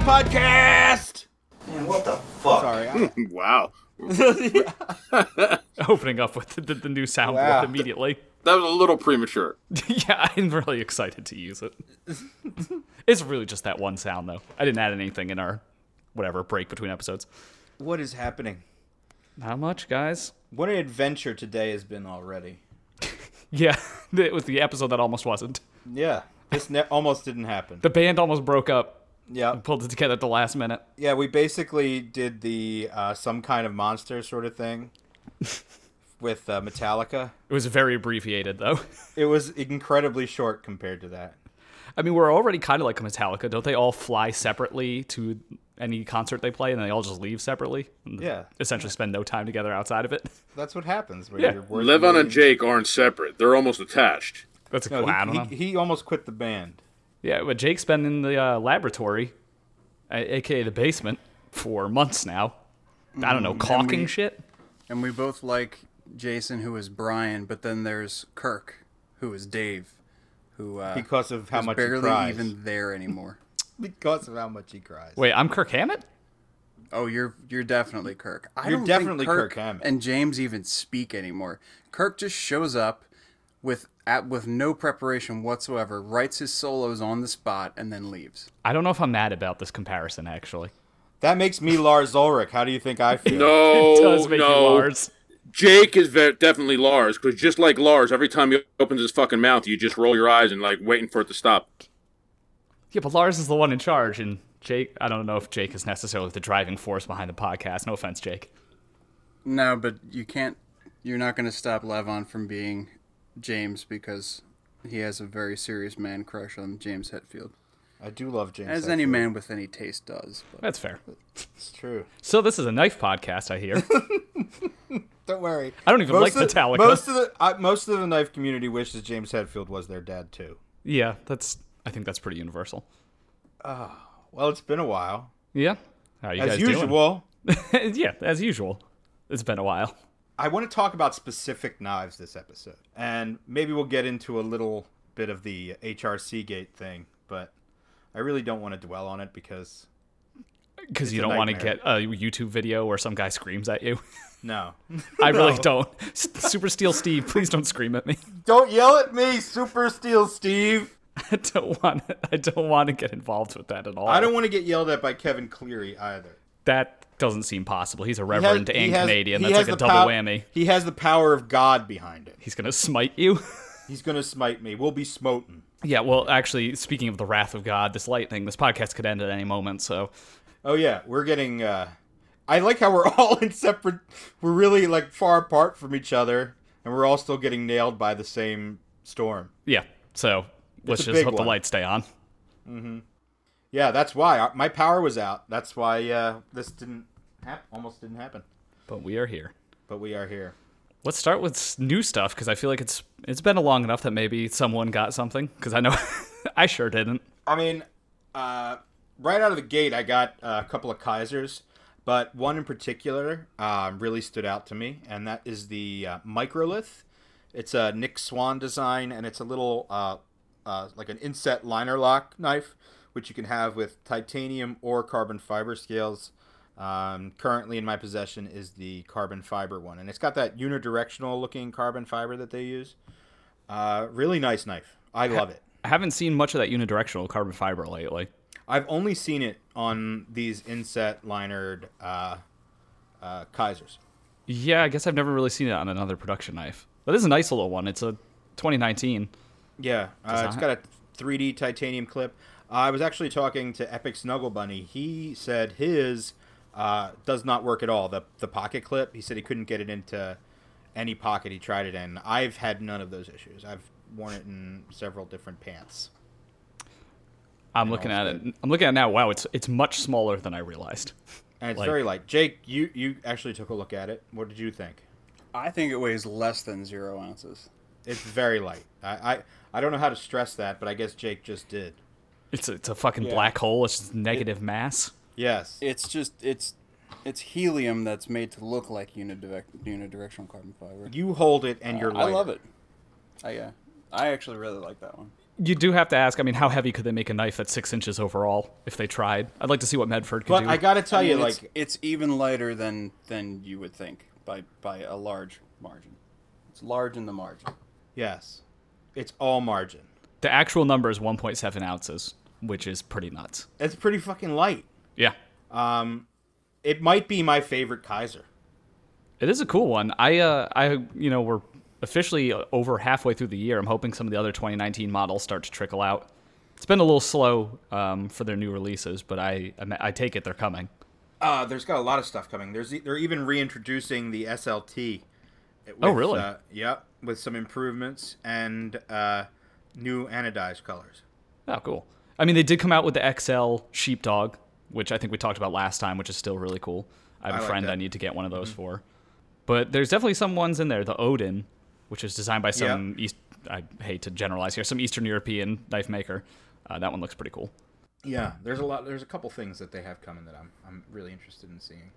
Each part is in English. podcast. Man, what the fuck? Sorry. I, wow. Opening up with the, the new sound Wow. warp immediately. That was a little premature. yeah, I'm really excited to use it. it's really just that one sound though. I didn't add anything in our whatever break between episodes. what is happening? Not much, guys. What an adventure today has been already. Yeah, it was the episode that almost wasn't. Yeah, this ne- almost didn't happen. The band almost broke up. Yeah, Pulled it together at the last minute. yeah. We basically did the uh, some kind of monster sort of thing with uh, Metallica. It was very abbreviated though. It was incredibly short compared to that. I mean, we're already kind of like Metallica. Don't they all fly separately to any concert they play and they all just leave separately? And Yeah. Essentially spend no time together outside of it. That's what happens when Yeah. you're working. Levon and Jake aren't separate. They're almost attached. That's a No, wow, I don't he, know. he, he almost quit the band. Yeah, but Jake's been in the uh, laboratory, a- aka the basement, for months now. I don't know, Mm, caulking shit. And we both like Jason, who is Brian, but then there's Kirk, who is Dave, who uh, Because of how is much he barely cries. even there anymore. Because of how much he cries. Wait, I'm Kirk Hammett. Oh, you're you're definitely Kirk. I You're don't definitely think Kirk Kirk, Hammett. and James even speak anymore. Kirk just shows up with at, with no preparation whatsoever, writes his solos on the spot, and then leaves. I don't know if I'm mad about this comparison actually. That makes me Lars Ulrich. How do you think I feel? No, Oh, it does make no. you Lars. Jake is ve- definitely Lars because just like Lars, every time he opens his fucking mouth, you just roll your eyes and like waiting for it to stop. Yeah, but Lars is the one in charge, and Jake. I don't know if Jake is necessarily the driving force behind the podcast. No offense, Jake. No, but you can't. You're not going to stop Levon from being James because he has a very serious man crush on James Hetfield, I do love James. as Hetfield. any man with any taste does. But That's fair. It's true. So this is a knife podcast, I hear. Don't worry. I don't even most like of the- Metallica. Most of the uh, most of the knife community wishes James Hetfield was their dad too. yeah, that's. I think that's pretty universal. Well, it's been a while, Yeah. How you as guys usual. Doing? yeah, as usual. It's been a while. I want to talk about specific knives this episode, and maybe we'll get into a little bit of the HRC gate thing, but I really don't want to dwell on it because because you a don't want to nightmare. get a YouTube video where some guy screams at you. no, I really don't. S- Super Steel Steve, please don't scream at me. don't yell at me, Super Steel Steve. I don't want. I don't want to get involved with that at all. I don't want to get yelled at by Kevin Cleary either. That doesn't seem possible. He's a He has- reverend he and has- Canadian. he That's has like a the double pow- whammy. He has the power of God behind it. He's gonna smite you. He's gonna smite me. We'll be smoten. yeah. Well, actually, speaking of the wrath of God, this lightning, this podcast could end at any moment. So Oh yeah, we're getting. uh I like how we're all in separate. We're really like far apart from each other, and we're all still getting nailed by the same storm. yeah. So let's a just big hope the one. lights stay on. Yeah, that's why I- my power was out. That's why uh this didn't hap- almost didn't happen. But we are here. But we are here. Let's start with s- new stuff because I feel like it's it's been long enough that maybe someone got something because I know I sure didn't. I mean, uh, right out of the gate, I got uh, a couple of Kaisers, but one in particular um, really stood out to me, and that is the uh, Microlith. It's a Nick Swan design, and it's a little uh, uh, like an inset liner lock knife, which you can have with titanium or carbon fiber scales. Um, currently in my possession is the carbon fiber one, and it's got that unidirectional looking carbon fiber that they use. Uh, really nice knife. I love it. I haven't seen much of that unidirectional carbon fiber lately. I've only seen it on these inset linered uh, uh, Kaisers. Yeah, I guess I've never really seen it on another production knife. That is a nice little one. It's a 2019. Yeah, uh, it's not- got a 3D titanium clip. I was actually talking to Epic Snuggle Bunny. He said his uh, does not work at all. The the pocket clip. He said he couldn't get it into any pocket he tried it in. I've had none of those issues. I've worn it in several different pants. I'm looking at it. I'm looking at it now. Wow, it's it's much smaller than I realized. And it's Like- very light. Jake, you, you actually took a look at it. What did you think? I think it weighs less than zero ounces. It's very light. I, I, I don't know how to stress that, but I guess Jake just did. It's a, it's a fucking black hole. It's just negative mass. Yes. It's just it's it's helium that's made to look like unidirect, unidirectional carbon fiber. you hold Uh, it and you're I lighter. love it. I yeah, I actually really like that one. you do have to ask. I mean, how heavy could they make a knife that's six inches overall if they tried? I'd like to see what Medford could But do. I gotta tell you, And like, it's, it's even lighter than than you would think by by a large margin. It's large in the margin. yes, it's all margin. the actual number is 1.7 ounces, which is pretty nuts. It's pretty fucking light. Yeah, It might be my favorite Kaiser. it is a cool one. I, uh, I, you know, we're officially uh, over halfway through the year. I'm hoping some of the other 2019 models start to trickle out. It's been a little slow um, for their new releases, but I, I take it they're coming. Uh, there's got a lot of stuff coming. There's e- they're even reintroducing the SLT. With, Oh, really? Uh, yep, with some improvements and uh, new anodized colors. Oh, cool. I mean, they did come out with the XL Sheepdog, which I think we talked about last time, which is still really cool. I have a I like friend that. Mm-hmm. I need to get one of those for. But there's definitely some ones in there. The Odin, which is designed by some East. I hate to generalize here. Some Eastern European knife maker. Uh, that one looks pretty cool. Yeah, there's a lot. There's a couple things that they have coming that I'm I'm really interested in seeing.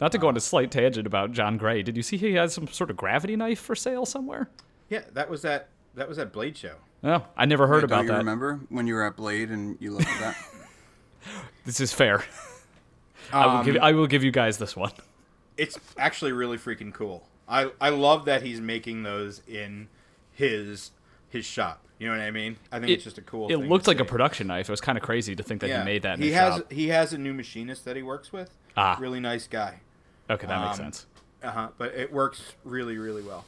Not to go on a slight tangent about John Gray. Did you see he has some sort of gravity knife for sale somewhere? Yeah, that was that. That was that Blade Show. No, I never heard Don't about you that. remember when you were at Blade and you looked at that? This is fair. I, will give, I will give you guys this one. It's actually really freaking cool. I I love that he's making those in his his shop. You know what I mean? I think it's just a cool. It thing looked to like a see. production knife. It was kind of crazy to think that Yeah. he made that. In he his has shop. he has a new machinist that he works with. Ah. really nice guy. Okay, that makes sense. Uh huh. But it works really really well.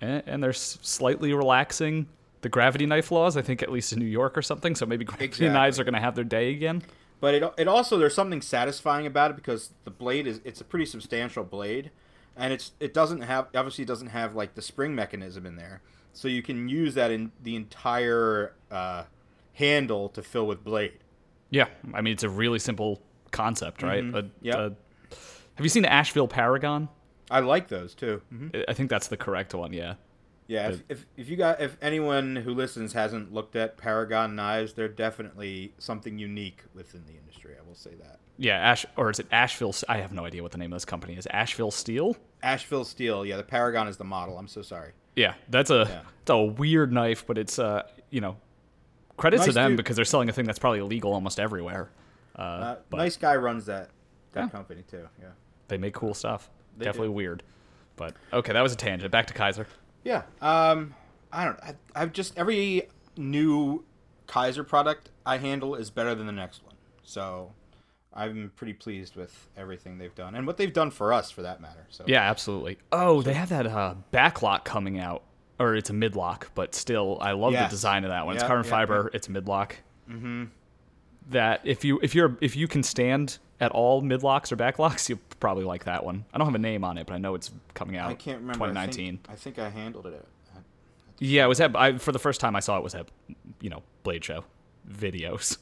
And, and they're s- slightly relaxing the gravity knife laws, I think, at least in New York or something. So maybe gravity Exactly. knives are going to have their day again. But it it also there's something satisfying about it because the blade is it's a pretty substantial blade, and it's it doesn't have obviously it doesn't have like the spring mechanism in there, so you can use that in the entire uh, handle to fill with blade. Yeah. I mean, it's a really simple concept, right? A- Mm-hmm. Yep. a- have you seen the Asheville Paragon? I like those too. hmm I- I think that's the correct one, yeah. Yeah, if, if, if you got if anyone who listens hasn't looked at Paragon knives, they're definitely something unique within the industry. I will say that. Yeah, Ash, or is it Asheville? S- I have no idea what the name of this company is. Asheville Steel? Asheville steel, yeah, the Paragon is the model. I'm so sorry. Yeah, that's a Yeah. it's a weird knife, but it's uh you know credit to Nice them dude. because they're selling a thing that's probably illegal almost everywhere. Uh, nice guy runs that that Yeah. company too. Yeah. They make cool stuff. They Definitely do. weird, but okay, that was a tangent. Back to Kaiser. Yeah. Um, I don't. I, I've just every new Kaiser product I handle is better than the next one. So I'm pretty pleased with everything they've done and what they've done for us, for that matter. So Yeah, absolutely. Oh, they have that uh, back lock coming out, or it's a mid lock, but still, I love Yes. the design of that one. it's Yeah, carbon yeah, fiber. It's mid lock. Mm-hmm. That if you if you're if you can stand at all mid locks or back locks, you probably like that one. I don't have a name on it, but I know it's coming out. I can't remember. I think- 2019. I think, I handled it. Yeah, it was at I, for the first time I saw it was at you know Blade Show videos.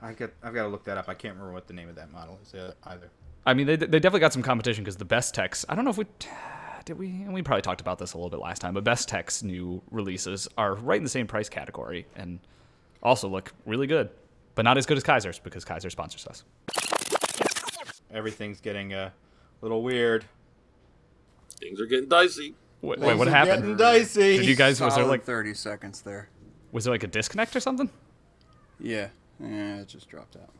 I got. I've got to look that up. I can't remember what the name of that model is uh, either. I mean, they, they definitely got some competition because the Best Techs. I don't know if we did we and we probably talked about this a little bit last time, but Best Techs new releases are right in the same price category and also look really good, but not as good as Kaiser's because Kaiser sponsors us. Everything's getting uh, a little weird. Things are getting dicey. Wait, wait Things what are Getting happened? dicey. Did you guys was there Solid like thirty seconds there? was there like a disconnect or something? Yeah, yeah, it just dropped out.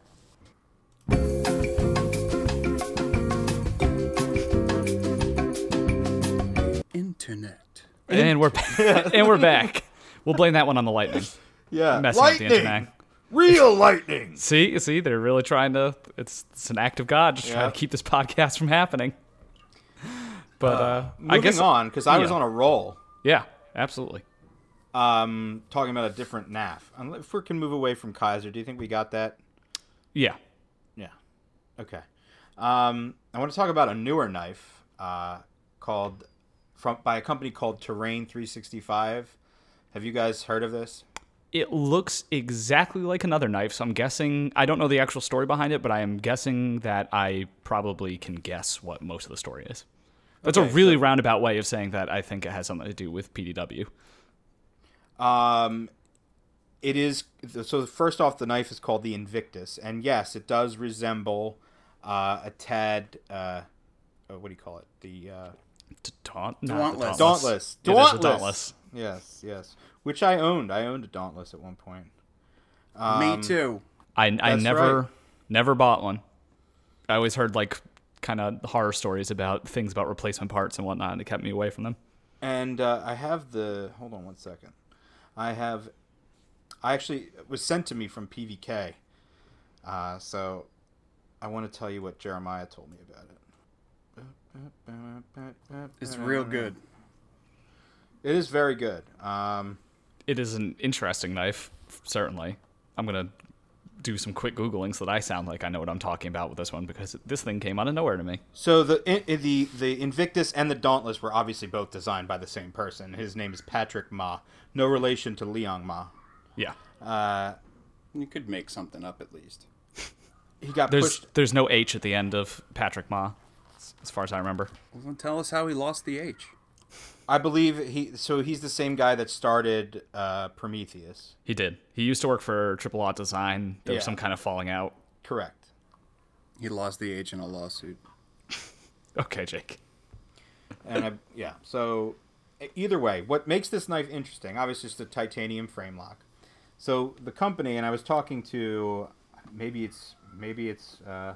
Internet. And we're and we're back. We'll blame that one on the lightning. Yeah. messing up the internet. Real lightning. See, see, they're really trying to. It's it's an act of God, just trying Yeah. to keep this podcast from happening. But uh, Moving I guess on, because I was yeah. on a roll. Yeah, absolutely. um, talking about a different NAF. And If we can move away from Kaiser, do you think we got that? Yeah, Yeah. Okay. Um, I want to talk about a newer knife uh, called from by a company called Terrain 365. Have you guys heard of this? it looks exactly like another knife. So I'm guessing. I don't know the actual story behind it, but I am guessing that I probably can guess what most of the story is. That's Okay, a really roundabout way of saying that I think it has something to do with PDW. Um, it is so. First off, the knife is called the Invictus, and yes, it does resemble uh, a tad. Uh, uh, what do you call it? The uh, D- daunt, not the Dauntless. Dauntless. It is a Dauntless. Dauntless. Yes, yes. Which I owned. I owned a Dauntless at one point. Um, Me too. I, I That's never right. never bought one. I always heard like kind of horror stories about things about replacement parts and whatnot, and it kept me away from them. And uh, I have the. Hold on one second. I have. I actually it was sent to me from PVK. Uh, so I want to tell you what Jeremiah told me about it. It's real good. It is very good. Um, It is an interesting knife, f- certainly. I'm gonna do some quick googling so that I sound like I know what I'm talking about with this one because this thing came out of nowhere to me. so the i- i- the the Invictus and the Dauntless were obviously both designed by the same person. His name is Patrick Ma, no relation to Liang Ma. Yeah, You could make something up at least. He got there's pushed. there's no H at the end of Patrick Ma, s- as far as I remember. Well, then tell us how he lost the H. I believe he. So he's the same guy that started uh, Prometheus. He did. He used to work for Triple Aught Design. There was Yeah. some kind of falling out. Correct. He lost the H in a lawsuit. Okay, Jake. and I, yeah so e- either way what makes this knife interesting obviously it's the titanium frame lock so the company and i was talking to maybe it's maybe it's uh,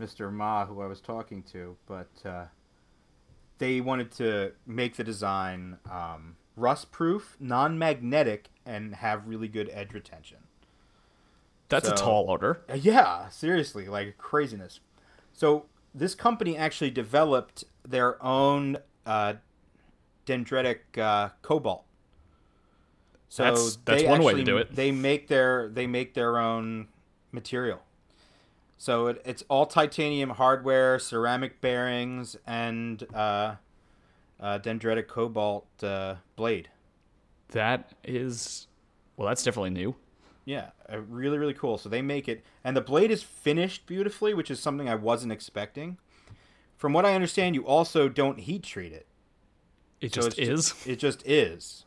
mr ma who i was talking to but uh, they wanted to make the design um, rust proof non-magnetic and have really good edge retention That's a So- tall order. uh, Yeah, seriously, like craziness. So this company actually developed their own uh, dendritic uh, cobalt. So That's- that's one way to do it. They make their they make their own material. So it, it's all titanium hardware, ceramic bearings, and uh, uh, dendritic cobalt uh, blade. That is, well, that's definitely new. Yeah, uh, really, really cool. So they make it, and the blade is finished beautifully, which is something I wasn't expecting. From what I understand, you also don't heat treat it. It So just it's is ju- it just is.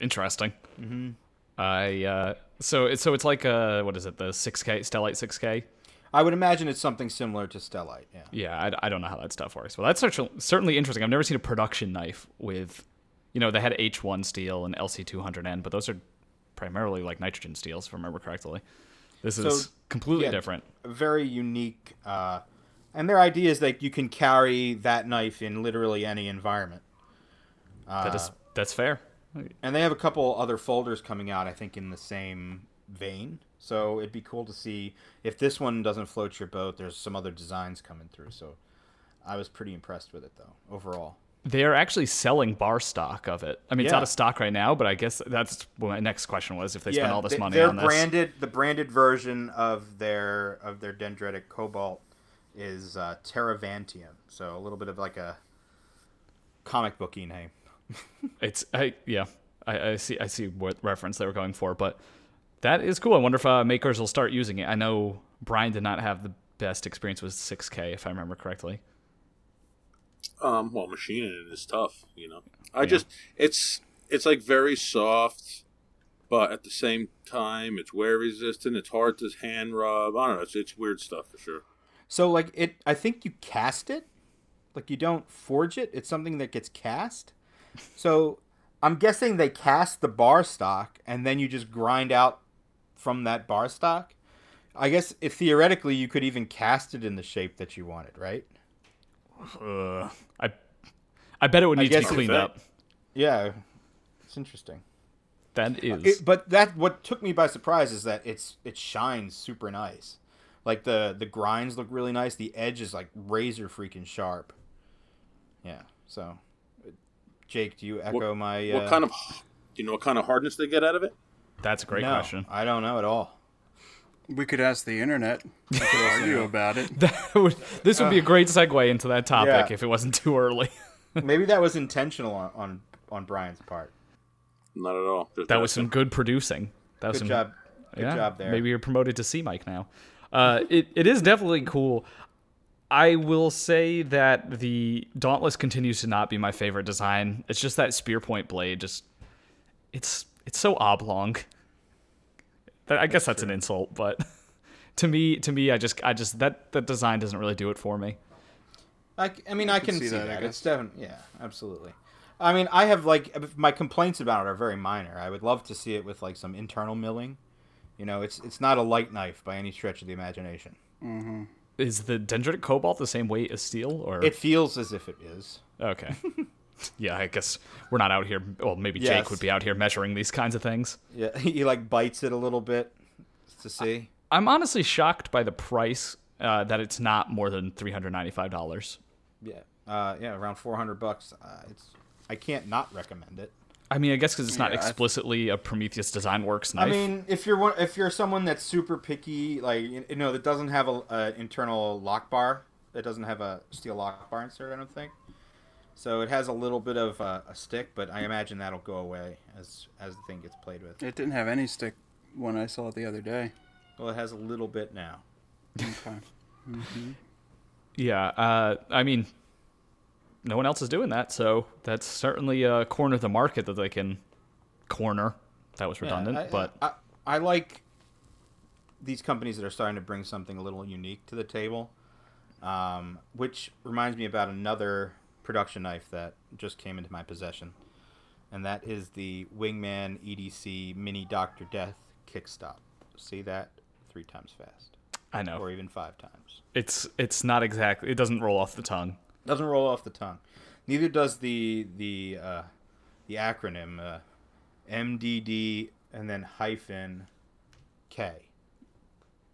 interesting. Mm-hmm. I uh, so it's so it's like uh, what is it? The six K Stellite six K. I would imagine it's something similar to Stellite. Yeah. Yeah, I, I don't know how that stuff works. Well, that's certain- certainly interesting. I've never seen a production knife with, you know, they had H one steel and LC two hundred N, but those are primarily like nitrogen steels, if I remember correctly. This is completely yeah, different. a Very unique. Uh, and their idea is that you can carry that knife in literally any environment. that uh, is that's fair. And they have a couple other folders coming out, I think, in the same vein. So it'd be cool to see if this one doesn't float your boat. There's some other designs coming through. So I was pretty impressed with it, though, overall. They are actually selling bar stock of it. I mean, it's Yeah. out of stock right now, but I guess that's what my next question was: if they spend all this they- money their on this, branded the branded version of their of their dendritic cobalt is uh, Teravantium. So a little bit of like a comic booky name. It's I yeah. I, I see I see what reference they were going for, but that is cool. I wonder if uh, makers will start using it. I know Brian did not have the best experience with 6K, if I remember correcely. Um, well, machining it is tough, you know. I just it's it's like very soft, but at the same time, it's wear resistant. It's hard to hand rub. I don't know. It's it's weird stuff for sure. So like it, I think you cast it, like you don't forge it. It's something that gets cast. So I'm guessing they cast the bar stock and then you just grind out from that bar stock. I guess if theoretically you could even cast it in the shape that you wanted, right? Uh, I I bet it would need to be guess it's cleaned that. up. Yeah, it's interesting. That is It, but that what took me by surprise is that it's it shines super nice. Like the the grinds look really nice. The edge is like razor freaking sharp. Yeah. So, Jake, do you echo my? Uh, What kind of do you know what kind of hardness they get out of it? that's a great no, question. I don't know at all. We could ask the internet. We could argue about it. That would, this would be a great segue into that topic Uh, Yeah. if it wasn't too early. Maybe that was intentional on on, on Brian's part. Not at all. Just That was some good producing. That was Good some job. Good Yeah, job there. Maybe you're promoted to C Mike now. Uh, it, it is definitely cool. I will say that the Dauntless continues to not be my favorite design. It's just that spear point blade. Just it's it's so oblong. That, I guess that's an insult, but to me to me I just I just that that design doesn't really do it for me. I, c- I mean, I can, see see, that, I that. guess. It's definitely, yeah, absolutely. I mean, I have like uh, my complaints about it are very minor. I would love to see it with like some internal milling. You know, it's it's not a light knife by any stretch of the imagination. Is the dendritic cobalt the same weight as steel? Or It feels as if it is. okay, yeah, I guess we're not out here. Well, maybe Jake Yes. would be out here measuring these kinds of things. Yeah, he like bites it a little bit to see. I'm honestly shocked by the price uh, that it's not more than three hundred ninety-five dollars. Yeah, uh, yeah, around four hundred bucks. Uh, it's I can't not recommend it. I mean, I guess because it's not Yeah, I- explicitly a Prometheus Design Works I knife. mean, if you're one, if you're someone that's super picky, like you you know, that doesn't have a, a internal lock bar, that doesn't have a steel lock bar insert, I don't think. So it has a little bit of uh, a stick, but I imagine that'll go away as as the thing gets played with. It didn't have any stick when I saw it the other day. Well, it has a little bit now. Okay. yeah, uh, I mean, no one else is doing that, so that's certainly a corner of the market that they can corner. That was Yeah, redundant, I- but I, I like these companies that are starting to bring something a little unique to the table, um, which reminds me about another production knife that just came into my possession, and that is the Wingman EDC Mini Doctor Death Kickstop. See that three times fast, I know or even five times. it's it's not exactly. It doesn't roll off the tongue. Doesn't roll off the tongue. Neither does the the uh, the acronym uh, MDD and then hyphen K.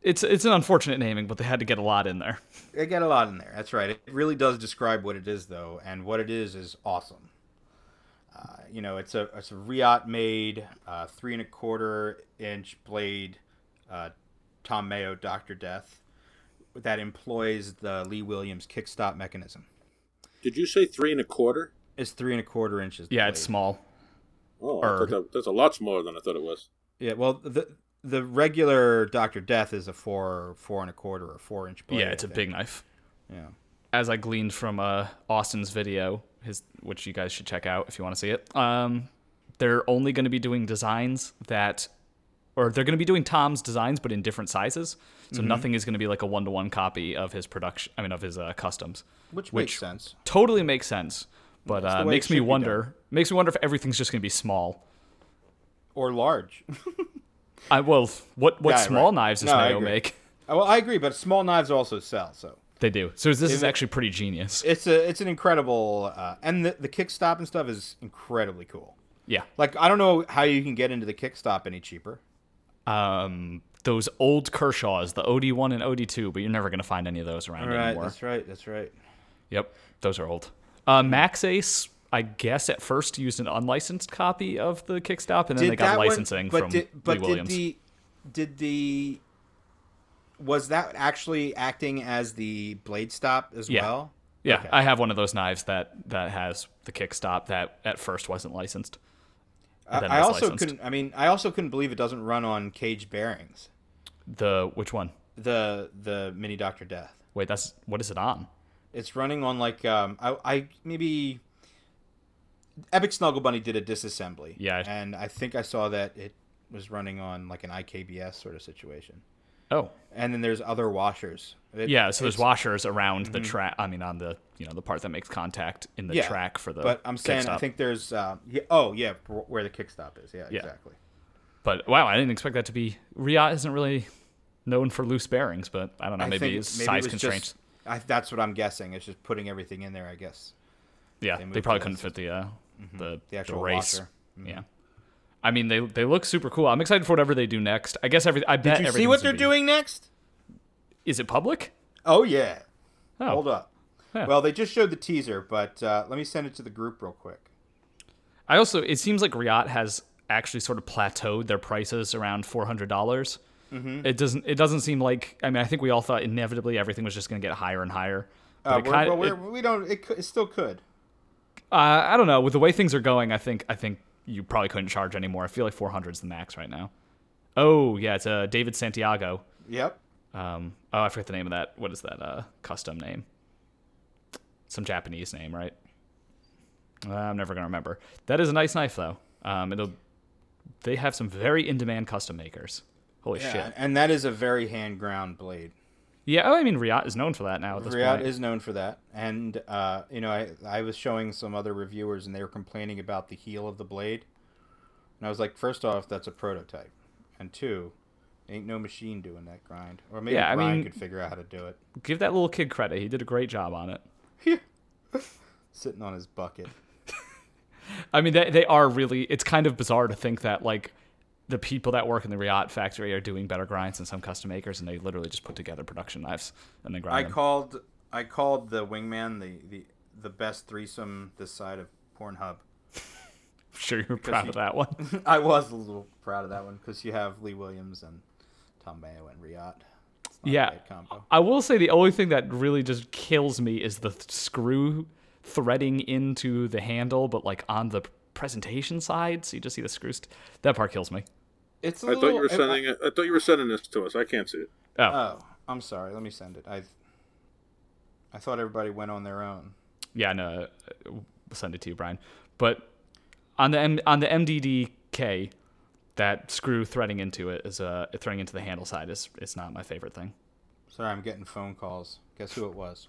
It's it's an unfortunate naming, but they had to get a lot in there. They got a lot in there. That's right. It really does describe what it is, though, and what it is is awesome. Uh, you know, it's a it's a Riot made uh, three and a quarter inch blade, uh, Tom Mayo Doctor Death, that employs the Lee Williams kickstop mechanism. Did you say three and a quarter? It's three and a quarter inches. the Yeah, it's blade. small. Oh, I Or- thought that, that's a lot smaller than I thought it was. Yeah, well the. The regular Doctor Death is a four, four and a quarter, or four inch blade. yeah, I it's a think. big knife. Yeah, as I gleaned from uh, Austin's video, his which you guys should check out if you want to see it. Um, they're only going to be doing designs that, or they're going to be doing Tom's designs, but in different sizes. So Mm-hmm. nothing is going to be like a one to one copy of his production. I mean, of his uh, customs. which, Which- makes sense. Totally makes sense, but That's the uh, way it makes me should be wonder. Makes me wonder if everything's just going to be small. Or large. I well, what what Yeah, small right. knives does No, I Mayo agree. make? Oh, well, I agree, but small knives also sell. So They do. So this is it- actually pretty genius. it's a it's an incredible uh, and the the kickstop and stuff is incredibly cool. yeah. Like I don't know how you can get into the kickstop any cheaper. um, those old Kershaws, the OD1 and OD2, but you're never going to find any of those around anymore. right, that's right. Yep, those are old. Uh, Max Ace, I guess, at first used an unlicensed copy of the Kickstop, and then they got licensing but from did, but Lee did Williams. the did the was that actually acting as the blade stop as Yeah. well? yeah, okay. I have one of those knives that that has the Kickstop that at first wasn't licensed. I, then I was also licensed. couldn't. I mean, I also couldn't believe it doesn't run on cage bearings. The which one? The the mini Doctor Death. Wait, that's what is it on? It's running on like um I, I maybe Epic Snuggle Bunny did a disassembly. Yeah. And I think I saw that it was running on like an IKBS sort of situation. Oh, And then there's other washers. It- yeah. So it's- there's Mm-hmm. washers around the track. I mean, on the you know the part that makes contact in the Yeah, track for the. But I'm saying I Kickstop. think there's uh, yeah, oh yeah wh- where the kickstop is. Yeah, Yeah. exactly. But wow, I didn't expect that to be. Riot isn't really known for loose bearings, but I don't know. I Uh, Maybe think it's maybe it size was just- constraints. I, that's what I'm guessing. It's just putting everything in there, I guess. yeah, they they, moved probably the Mm-hmm. couldn't fit the uh, the, The the actual Mm-hmm. race. washer. Yeah, I mean they they look super cool. I'm excited for whatever they do next. I guess every I bet Do you see Eh, everything's what gonna they're be- doing next? Is it public? Oh yeah. Oh, Hold up. Yeah. Well, they just showed the teaser, but uh, let me send it to the group real quick. I also it seems like Riot has actually sort of plateaued their prices around four hundred dollars. Mm-hmm. It doesn't. It doesn't seem like. I mean, I think we all thought inevitably everything was just going to get higher and higher. But Uh, it we're, kinda- well, it- we're, we don't. It, cou- it still could. Uh, I don't know. With the way things are going, I think I think you probably couldn't charge anymore. I feel like 400 is the max right now. Oh yeah, it's uh, David Santiago. Yep. Um, oh, I forget the name of that. What is that uh, custom name? Some Japanese name, right? Uh, I'm never gonna remember. That is a nice knife though. Um, it'll, they have some very in-demand custom makers. Holy Yeah, shit! and that is a very hand ground blade. Yeah, oh, I mean, Riot is known for that now at this Riot point. is known for that, and uh, you know, I I was showing some other reviewers, and they were complaining about the heel of the blade, and I was like, first off, that's a prototype, and two, ain't no machine doing that grind, or maybe Yeah, I Brian mean- could figure out how to do it, Give that little kid credit. He did a great job on it. sitting on his bucket. I mean, they, they are really. It's kind of bizarre to think that like the people that work in the Riot factory are doing better grinds than some custom makers, and they literally just put together production knives and then grind I them. called I called the wingman the the the best threesome this side of Pornhub. I'm sure you're proud he- of that one. I was a little proud of that one because you have Lee Williams and Tom Mayo and Riot. It's not a Yeah. bad combo. I will say the only thing that really just kills me is the th- screw threading into the handle, but like on the presentation side, so you just see the screws. T- that part kills me. It's a I little, thought you were I- sending. it- I thought you were sending this to us. I can't see it. Oh, Oh, I'm sorry. Let me send it. I I thought everybody went on their own. yeah, no, uh, we'll send it to you, Brian. But on the M- on the MDDK, that screw threading into it is uh, threading into the handle side is it's not my favorite thing. Sorry, I'm getting phone calls. Guess who it was?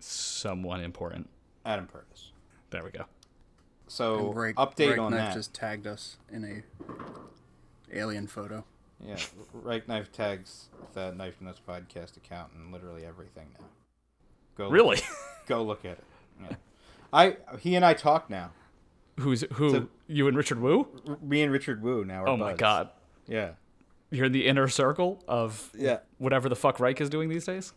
Someone important. Adam Purvis. There we go. So Rake- update Rake on Knife that. just tagged us in a alien photo. Yeah, Right Knife tags the Knife Nuts podcast account and literally everything now. Go look- Really? go look at it. Yeah. I he and I talk now. Who's who? you and Richard Wu? R- Me and Richard Wu now. Are Oh my buds. god. Yeah. You're in the inner circle of Yeah. whatever the fuck Reich is doing these days.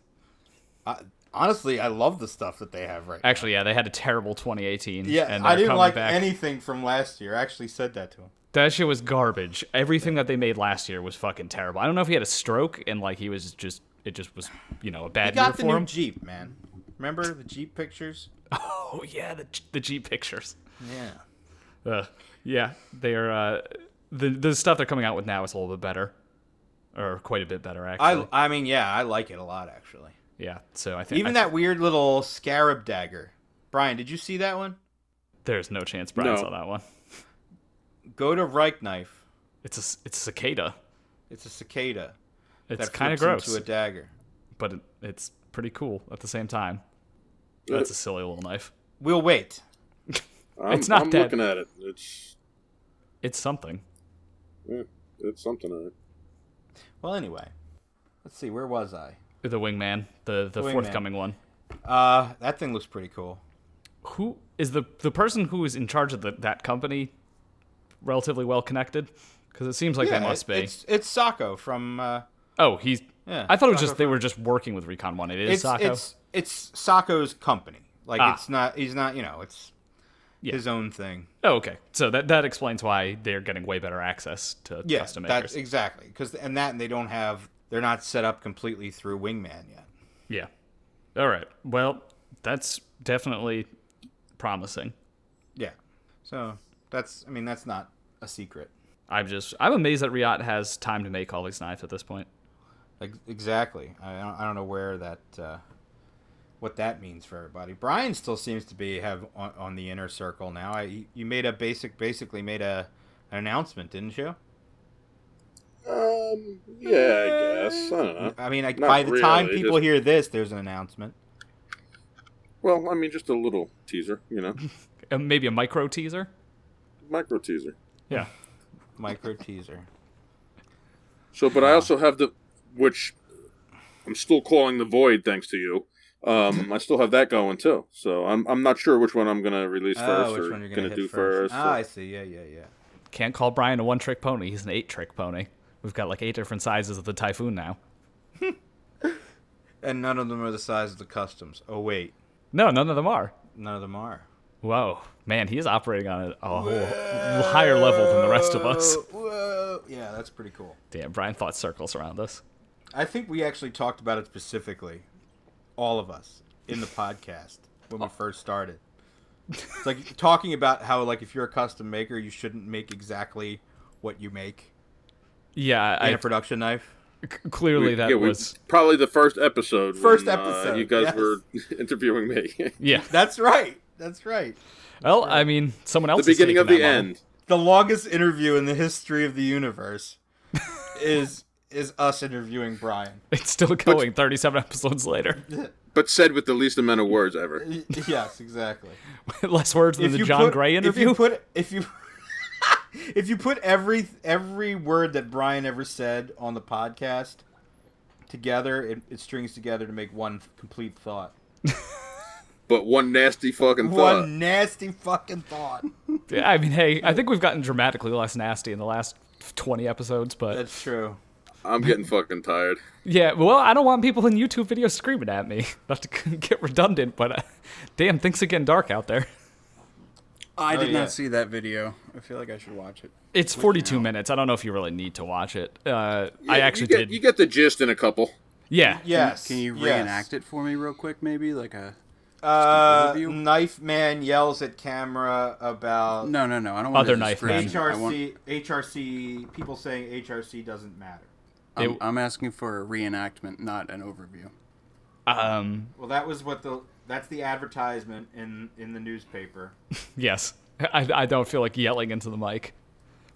I, honestly, I love the stuff that they have right. now. Actually, yeah, they had a terrible 2018. Yeah, and I they're didn't coming like back. anything from last year. I actually said that to him. That shit was garbage. Everything that they made last year was fucking terrible. I don't know if he had a stroke and like he was just it just was you know a He bad year got the for new him. Jeep, man. Remember the Jeep pictures? oh yeah, the the Jeep pictures. Yeah. Ugh. Yeah, they are. Uh, the the stuff they're coming out with now is a little bit better, or quite a bit better actually. I I mean, yeah, I like it a lot actually. yeah, so I think Even I- that weird little scarab dagger. Brian, did you see that one? there's no chance Brian No. saw that one. Go to Reich Knife. It's a s- it's a cicada. It's a cicada. It's that kind of flips gross. Into a dagger. but it, it's pretty cool at the same time. Uh. That's a silly little knife. We'll wait. I'm, It's not I'm that- looking at it. It's It's something. yeah, it's something. All right. Well, anyway, let's see. Where was I? The wingman, the the Wingman. forthcoming one. Uh, that thing looks pretty cool. Who is the the person who is in charge of the, that company? Relatively well connected, because it seems like yeah, they must it- be. It's it's Sako from. Uh, Oh, he's. Yeah, I thought it was Sacco just they were just working with Recon One. It is it's Sacco. it's it's Sako's company. Like Ah. it's not. He's not. You know. It's Yeah. his own thing. Oh, okay. So that that explains why they're getting way better access to Yeah, custom that's makers. exactly because and that and they don't have. They're not set up completely through Wingman yet. yeah. All right. Well, that's definitely promising. Yeah. So that's. I mean, that's not a secret. I'm just I'm amazed that Riot has time to make all these knives at this point. Ex- Exactly. I don't, I don't know where that, uh, what that means for everybody. Brian still seems to be have on, on the inner circle now. I, you made a basic, basically made a, an announcement, didn't you? Um. Yeah, I guess. I don't know. I mean, I, Not by the time really, people just- hear this, there's an announcement. Well, I mean, just a little teaser. You know, Uh, maybe a micro teaser. micro teaser. Yeah. Micro teaser. So, but I also have the, which I'm still calling the void, thanks to you. Um, I still have that going too. So I'm I'm not sure which one I'm gonna release first Oh, which or one you're gonna, hit do first? first. Ah, I or- see. Yeah, yeah, yeah. Can't call Brian a one trick pony. He's an eight trick pony. We've got like eight different sizes of the typhoon now. And none of them are the size of the customs. Oh wait, No, none of them are. none of them are. Whoa, man, he is operating on a, a whole higher level than the rest of us. Whoa, whoa. Yeah, that's pretty cool. Damn, Brian thought circles around us. I think we actually talked about it specifically, all of us in the podcast when we first started. It's like talking about how like if you're a custom maker, you shouldn't make exactly what you make Yeah, in a I, production knife. c- clearly that yeah, we- was probably the first episode. First when, uh, episode, you guys yes. were interviewing me. yeah. That's right. That's right. Well, I mean, someone the else. is beginning of taking the that model. end. The longest interview in the history of the universe is is us interviewing Brian. It's still going 37 episodes later. but said with the least amount of words ever. Y- yes, exactly. Less words than the John put- Gray If interview. you put if you if you put every every word that Brian ever said on the podcast together, it, it strings together to make one complete thought. But one nasty fucking thought. One nasty fucking thought. yeah, I mean, hey, I think we've gotten dramatically less nasty in the last 20 episodes, but That's true. I'm getting fucking tired. yeah, well, I don't want people in YouTube videos screaming at me. Not to get redundant, but uh, damn, things are getting dark out there. I did Oh, yeah. not see that video. I feel like I should watch it. It's 42 minutes. I don't know if you really need to watch it. Uh, I You- actually you get, did. You get the gist in a couple. yeah. Yes. Can you yes. reenact it for me real quick, maybe? Like a Uh, Overview? knife man yells at camera about no, no, no. I don't want Other to knife man. HRC. I want, HRC. People saying HRC doesn't matter. I'm, I'm asking for a reenactment, not an overview. Um, Well, that was what the that's the advertisement in in the newspaper. Yes. I, I don't feel like yelling into the mic.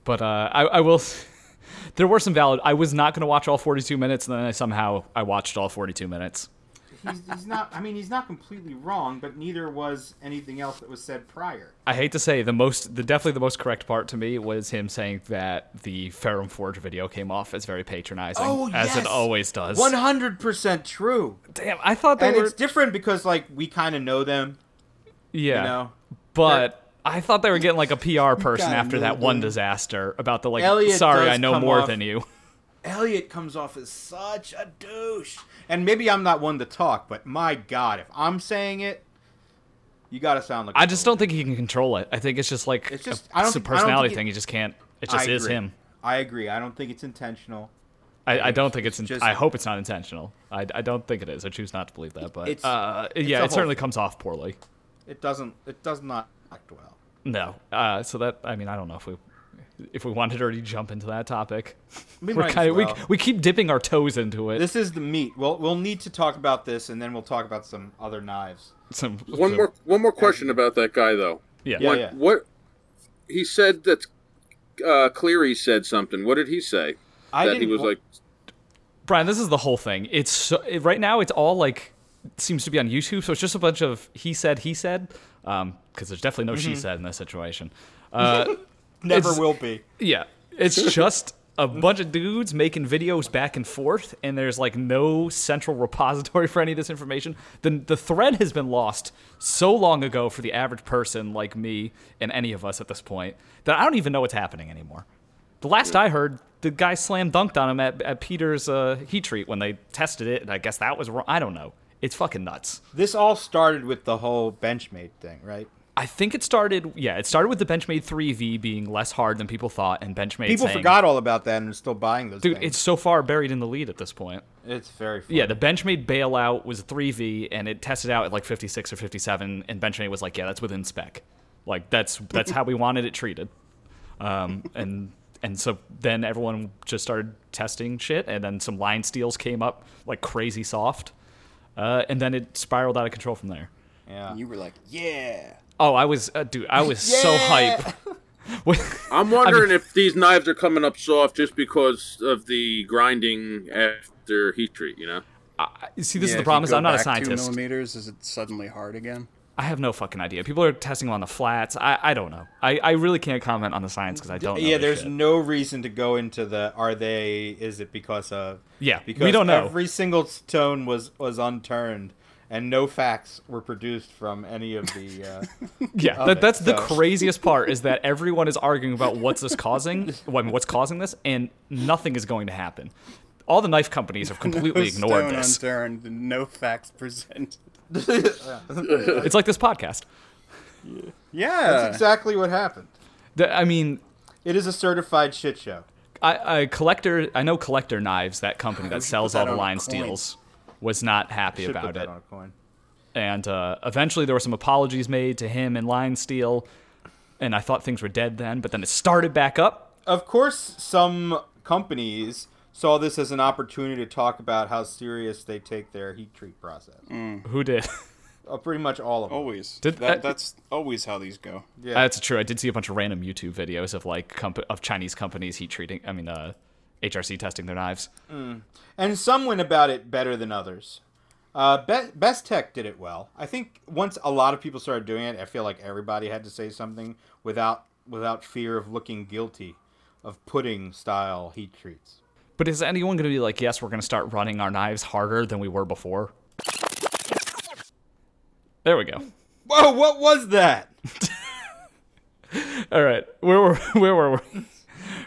But uh, I, I will. s- There were some valid. I was not going to watch all 42 minutes, and then I somehow I watched all 42 minutes. He's, he's not. I mean, he's not completely wrong, but neither was anything else that was said prior. I hate to say the most, the definitely the most correct part to me was him saying that the Ferrum Forge video came off as very patronizing, Oh, as it always does. Oh, One hundred percent true, Damn, I thought they and were. it's different because like we kind of know them, yeah, you know. but I thought they were getting like a PR person gotta after know that one them. disaster about the like. Elliot sorry, does I know come more off- than you. Elliot comes off as such a douche, and maybe I'm not one to talk, but my God, if I'm saying it, you gotta sound like. a I just don't fool. think he can control it. I think it's just like It's just- a, I don't it's a think- I don't think personality it- thing. He just can't. It I just is agree. him. I agree. I don't think it's intentional. I, I don't think it's. It's in- just- I hope it's not intentional. I, I don't think it is. I choose not to believe that. But It's- uh, a yeah, whole it certainly comes off poorly. It doesn't. It does not act well. No. Uh, so that I mean I don't know if we if we wanted to already jump into that topic. We We're might as kind of well. we we keep dipping our toes into it. This is the meat. Well, we'll need to talk about this, and then we'll talk about some other knives. Some- One some- more one more question about that guy though. Yeah. Yeah, What, yeah. what he said that uh, Cleary said something. What did he say? I that he didn't was wa- like Brian, this is the whole thing. It's so, it- right now. It's all like seems to be on YouTube, so it's just a bunch of he said, he said, because there's definitely no she said in this situation. Uh, Never it's- will be. yeah, it's just a bunch of dudes making videos back and forth, and there's like no central repository for any of this information. the The thread has been lost so long ago for the average person like me and any of us at this point that I don't even know what's happening anymore. The last I heard, the guy slam dunked on him at, at Peter's uh, heat treat when they tested it, and I guess that was wrong. I don't know. It's fucking nuts. This all started with the whole benchmade thing, right? I think it started, yeah, it started with the Benchmade 3V being less hard than people thought, and Benchmade People saying, forgot all about that and are still buying those. Dude, things. it's so far buried in the lead at this point. it's very funny. Yeah, the Benchmade bailout was a 3V, and it tested out at like 56 or 57, and Benchmade was like, yeah, that's within spec. Like, that's that's how we wanted it treated. Um, and and so then everyone just started testing shit, and then some line steals came up like crazy soft, uh, and then it spiraled out of control from there. yeah. You were like, yeah. Oh, I was, uh, dude, I was so Yeah. hype. When- I'm wondering if these knives are coming up soft just because of the grinding after heat treat, you know? See, this Yeah, is if the you problem is go I'm not a back Two scientist. millimeters is it suddenly hard again? I have no fucking idea. People are testing on the flats. I, I don't know. I, I really can't comment on the science because I don't know. Yeah, this there's shit. no reason to go into the are they is it because of Yeah, we because don't know. every single stone was was unturned and no facts were produced from any of the uh, yeah. That, it, that's the so. craziest part is that everyone is arguing about what's this causing, well, I mean, what's causing this, and nothing is going to happen. All the knife companies have completely ignored Stone this. unturned, no facts presented. It's like this podcast. Yeah. exactly what happened. The- I mean, It is a certified shit show. I, I collector. I know collector knives. That company that sells that all the on a line coin. steels was not happy Should about put that it. on a coin. and uh, eventually there were some apologies made to him and Lion Steel, and I thought things were dead then, but then it started back up. Of course, some companies saw this as an opportunity to talk about how serious they take their heat treat process. Who did? Uh, pretty much all of them. Always. Did- that, uh, that's always how these go. yeah. That's true. I did see a bunch of random YouTube videos of like comp- of Chinese companies heat treating. I mean, uh, HRC testing their knives. and some went about it better than others. Uh, Be- Best Tech did it well. I think once a lot of people started doing it, I feel like everybody had to say something without without fear of looking guilty of pudding style heat treats. But is anyone going to be like, yes, we're going to start running our knives harder than we were before? There we go. Whoa! What was that? All right, where were where were we?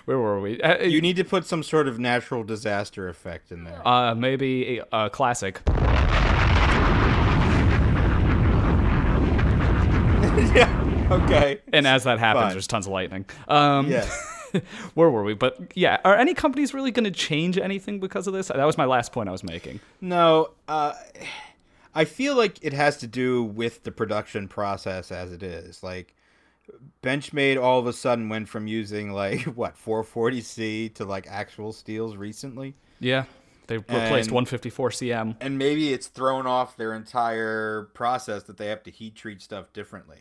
Where were we? Uh, You need to put some sort of natural disaster effect in there. uh, maybe a, a classic. yeah. Okay. And as that happens, Fine. there's tons of lightning. Um, Yes. where were we? But yeah, are any companies really going to change anything because of this? That was my last point I was making. No, uh, I feel like it has to do with the production process as it is. Like Benchmade all of a sudden went from using like what 440C to like actual steels recently, Yeah, they replaced And- 154 CM. and maybe it's thrown off their entire process that they have to heat treat stuff differently.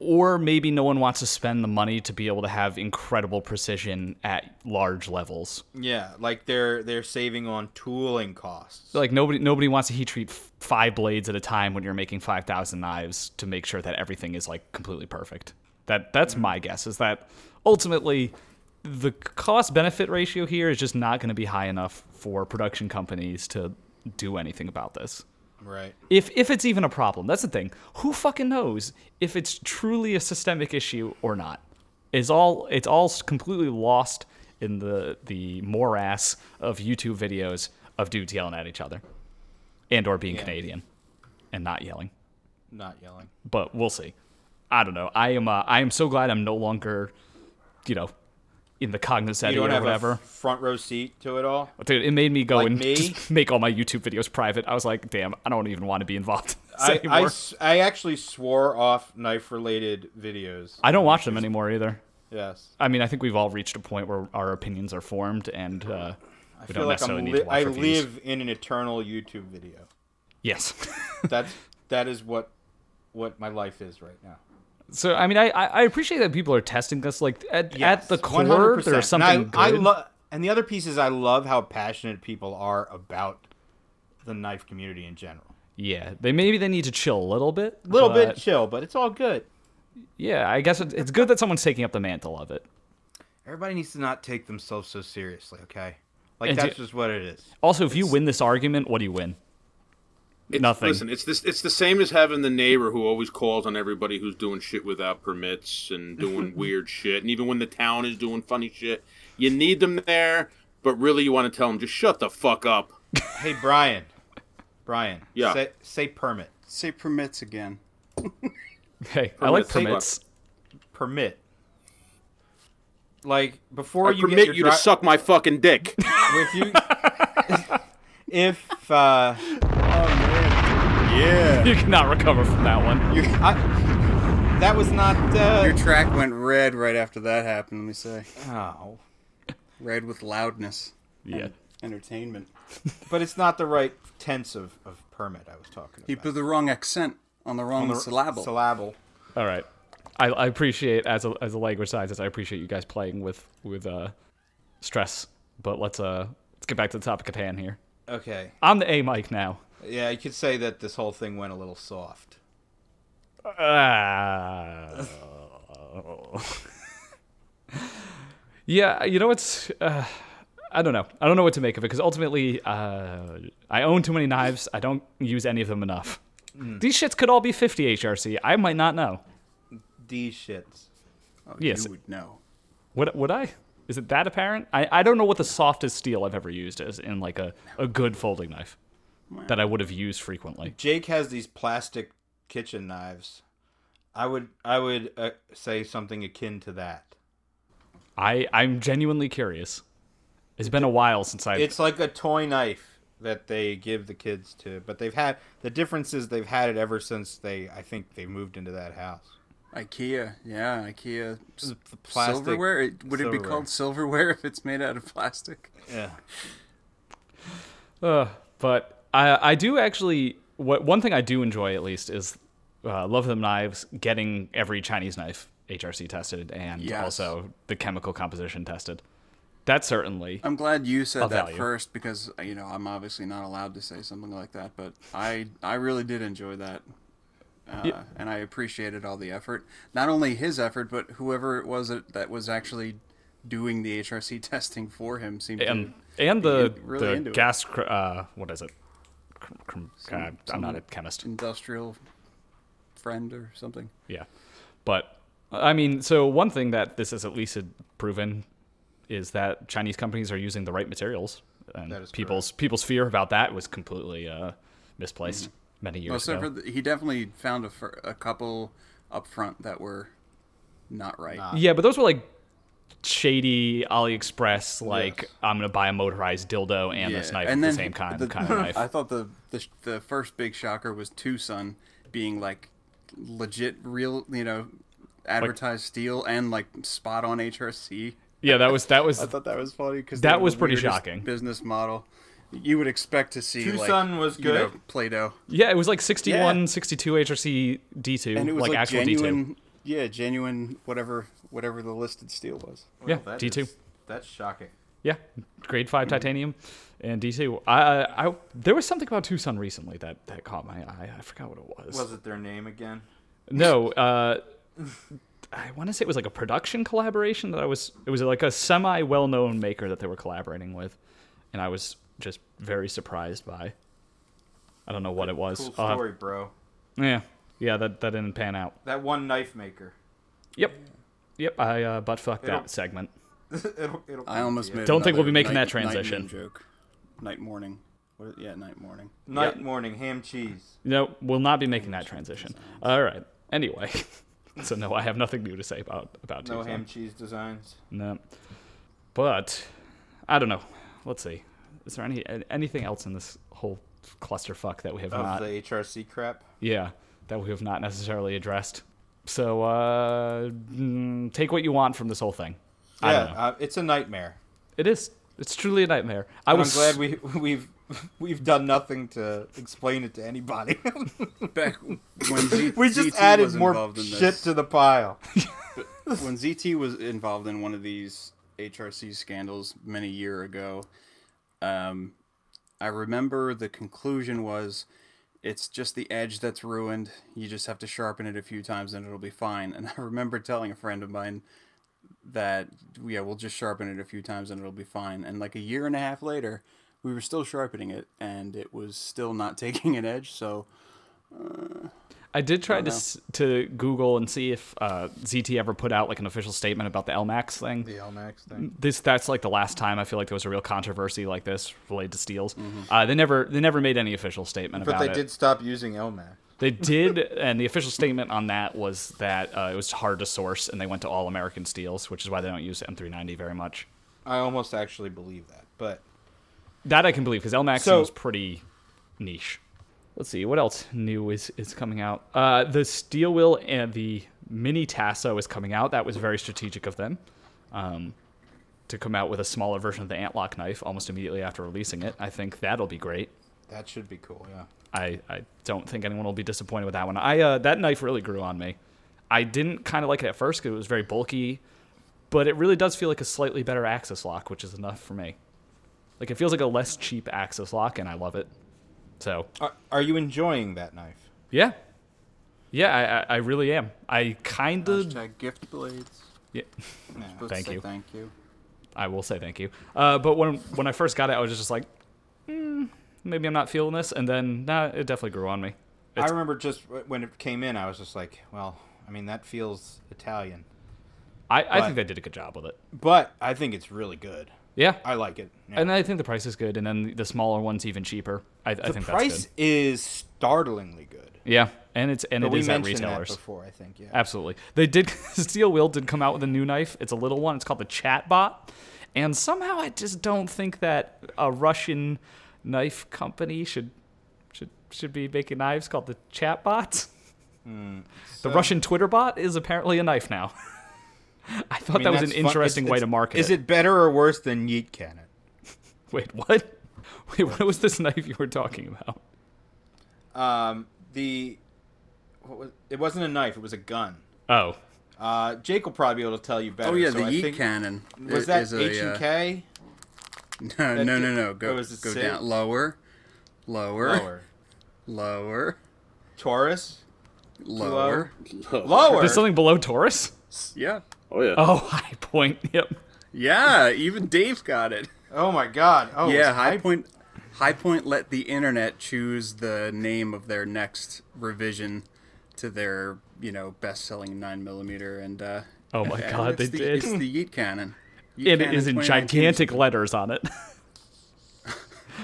or maybe no one wants to spend the money to be able to have incredible precision at large levels. Yeah, like they're they're saving on tooling costs. Like nobody nobody wants to heat treat f- five blades at a time when you're making 5000 knives to make sure that everything is like completely perfect. That that's my guess is that ultimately the cost benefit ratio here is just not going to be high enough for production companies to do anything about this. right. If if it's even a problem, that's the thing. Who fucking knows if it's truly a systemic issue or not? Is all it's all s- completely lost in the the morass of YouTube videos of dudes yelling at each other, and or being Canadian, and not yelling. Not yelling. But we'll see. I don't know. I am uh, I am so glad I'm no longer, you know, in the You cognoscenti don't or have whatever. a f- front row seat to it all. Dude, it made me go Like and me? just make all my YouTube videos private. I was like, damn, I don't even want to be involved. in this I, I, anymore. s- I actually swore off knife related videos. I don't watch them anymore either. Yes. I mean, I think we've all reached a point where our opinions are formed, and uh, we I don't feel like necessarily I'm need to li- watch I reviews. live in an eternal YouTube video. Yes. That's that is what what my life is right now. so, I mean, I, I I appreciate that people are testing this. Like at, at the core, 100%. there's And I- something good. I, lo- and the other piece is I love how passionate people are about the knife community in general. yeah, they maybe they need to chill a little bit. A little but bit chill, but it's all good. Yeah, I guess it, it's good that someone's taking up the mantle of it. Everybody needs to not take themselves so seriously, okay? Like And that's do- just what it is. Also, if you win this argument, what do you win? It's, Nothing. Listen, it's this. It's the same as having the neighbor who always calls on everybody who's doing shit without permits and doing weird shit. And even when the town is doing funny shit, you need them there, but really you want to tell them just shut the fuck up. Hey Brian, Brian, Yeah. say, say permit, Say permits again. Hey, I like Permits, hey, permits. permit. Like before I you permit get your you dri- to suck my fucking dick. if you if uh Yeah. You cannot recover from that one. I, that was not Your uh track went red right after that happened. Let me say, oh, red with loudness, Yeah. entertainment. but it's not the right tense of, of permit I was talking about. He put the wrong accent on the wrong syllable. Syllable. All right. I, I appreciate as a as a language scientist, I appreciate you guys playing with with uh, stress. But let's uh let's get back to the topic at hand here. Okay. I'm the A mic now. Yeah, you could say that this whole thing went a little soft. Uh, yeah, you know it's. Uh, I don't know. I don't know what to make of it because ultimately, uh, I own too many knives. I don't use any of them enough. These shits could all be 50 HRC. I might not know. These shits. Oh, Yes. You would know. Would would I? Is it that apparent? I, I don't know what the softest steel I've ever used is in like a, a good folding knife that I would have used frequently. Jake has these plastic kitchen knives. I would I would uh, say something akin to that. I I'm genuinely curious. It's been a while since I. It's like a toy knife that they give the kids to, but they've had the difference is they've had it ever since they I think they moved into that house. IKEA, yeah, IKEA. Just the plastic silverware. It- Would it silverware. be called silverware if it's made out of plastic? Yeah. Uh, but I I do actually what one thing I do enjoy at least is uh, love them knives getting every Chinese knife HRC tested and Yes. also the chemical composition tested. That certainly. I'm glad you said Of that value. first because you know I'm obviously not allowed to say something like that, but I I really did enjoy that, uh, and I appreciated all the effort. Not only his effort, but whoever it was that, that was actually doing the HRC testing for him seemed and to and the You're really into the it. gas cr- uh, what is it? Cr- cr- God, I'm not a chemist. industrial friend or something. Yeah, but I mean, so one thing that this has at least had proven is that Chinese companies are using the right materials, and That is people's people's fear about that was completely uh, misplaced many years Except Mm-hmm. Oh, for ago. the, he definitely found a, fir- a couple up front that were not right. yeah, but those were like shady AliExpress, like I'm gonna buy a motorized dildo and this knife of the same kind, the- kind of knife. I thought the, the sh- the first big shocker was Tucson being like legit, real, you know, advertised steel and like spot on HRC. yeah, that was that was I thought that was funny because That was pretty shocking. business model. You would expect to see like, Tucson was you know, good. Play-Doh, yeah, it was like 61, Yeah. 62 HRC D2, and it was like, like, actual D2. genuine. Yeah, genuine whatever whatever the listed steel was. Yeah, that D2. is- that's shocking. Yeah, grade Mm-hmm. five titanium and D2. I, I, there was something about Tucson recently that, that caught my eye. I forgot what it was. Was it their name again? No, uh, I want to say it was like a production collaboration that I was. It was like a semi well known maker that they were collaborating with, and I was just very surprised by. I don't know what it was. Cool I'll have- story, bro. yeah, yeah, that that didn't pan out. That one knife maker. Yep, yep. I uh, butt fucked It'll- that segment. it'll, it'll, I almost made. Don't think we'll be another making night- that transition. night moon joke. Night morning. What, yeah, night morning. night yeah. morning ham cheese. No, we'll not be making that transition. All right. Anyway, so no, I have nothing new to say about about No Tucson. ham cheese designs. No. But I don't know. Let's see. Is there any anything else in this whole clusterfuck that we have Of not? the HRC crap. Yeah, that we have not necessarily addressed. So uh, mm, take what you want from this whole thing. I Yeah, don't know. uh, it's a nightmare. It is. It's truly a nightmare. I I'm was glad we we've we've done nothing to explain it to anybody. back when Z- we just ZT added was more involved in shit this. to the pile. when ZT was involved in one of these HRC scandals many year ago. Um, I remember the conclusion was, it's just the edge that's ruined. You just have to sharpen it a few times and it'll be fine. And I remember telling a friend of mine that yeah, we'll just sharpen it a few times and it'll be fine. And like a year and a half later, we were still sharpening it and it was still not taking an edge. So I did try to s- to Google and see if uh, ZT ever put out like an official statement about the LMAX thing. The LMAX thing. this that's like the last time I feel like there was a real controversy like this related to steals. Uh, they never they never made any official statement Mm-hmm. But about they it. did stop using LMAX. They did, and the official statement on that was that uh, it was hard to source, and they went to all American steels, which is why they don't use M390 very much. I almost actually believe that, but That I can believe because LMAX So- was pretty niche. Let's see what else new is is coming out. Uh, the steel wheel and the mini Tasso is coming out. That was very strategic of them. Um, to come out with a smaller version of the antlock knife almost immediately after releasing it. I think that'll be great. that should be cool. Yeah. I, I don't think anyone will be disappointed with that one. I uh, that knife really grew on me. I didn't kind of like it at first because it was very bulky, but it really does feel like a slightly better axis lock, which is enough for me. Like it feels like a less cheap axis lock, and I love it. So Are, are you enjoying that knife? yeah, yeah, I I, I really am. I kind of Hashtag gift blades. yeah, Supposed to Thank say you. Thank you. I will say thank you. Uh, but when when I first got it, I was just like, "Mm, maybe I'm not feeling this, and then nah, it definitely grew on me. I remember just w- when it came in, I was just like, well, I mean, that feels Italian, I, I But- think they did a good job with it. but I think it's really good. Yeah, I like it. Yeah. And I think the price is good, and then the smaller one's even cheaper. I, I the think that's price good. is startlingly good. Yeah, and it's and But it we is at mentioned that retailers. before, I think. Yeah. Absolutely, they did. Steel Wheel did come out with a new knife. It's a little one. It's called the Chatbot, and somehow I just don't think that a Russian knife company should should should be making knives called the Chatbot. Hmm. The Russian Twitter bot is apparently a knife now. I thought I mean, that was an that's fun- interesting it's- way it's- to market. Is it better or worse than Yeet Cannon? Wait, what? Wait, what was this knife you were talking about? Um, the what was, it wasn't a knife; it was a gun. Oh, Uh, Jake will probably be able to tell you better. Oh yeah, so the I Yeet think- Cannon. Was i- that is a, H and K? uh, No, no, did- no, no. or Go, was Oh, it go Sid? down lower, lower, lower, Lower. lower, Taurus. lower. Lower. There's something below Taurus? Yeah, Oh yeah. Oh, high point. Yep. yeah. Even Dave got it. Oh my God. Oh yeah, it's High Point. High Point let the internet choose the name of their next revision to their, you know, best-selling nine millimeter, and uh, Oh my and God, it's they the, did. It's the Yeet Cannon. Yeet It Cannon is in 2019. gigantic letters on it.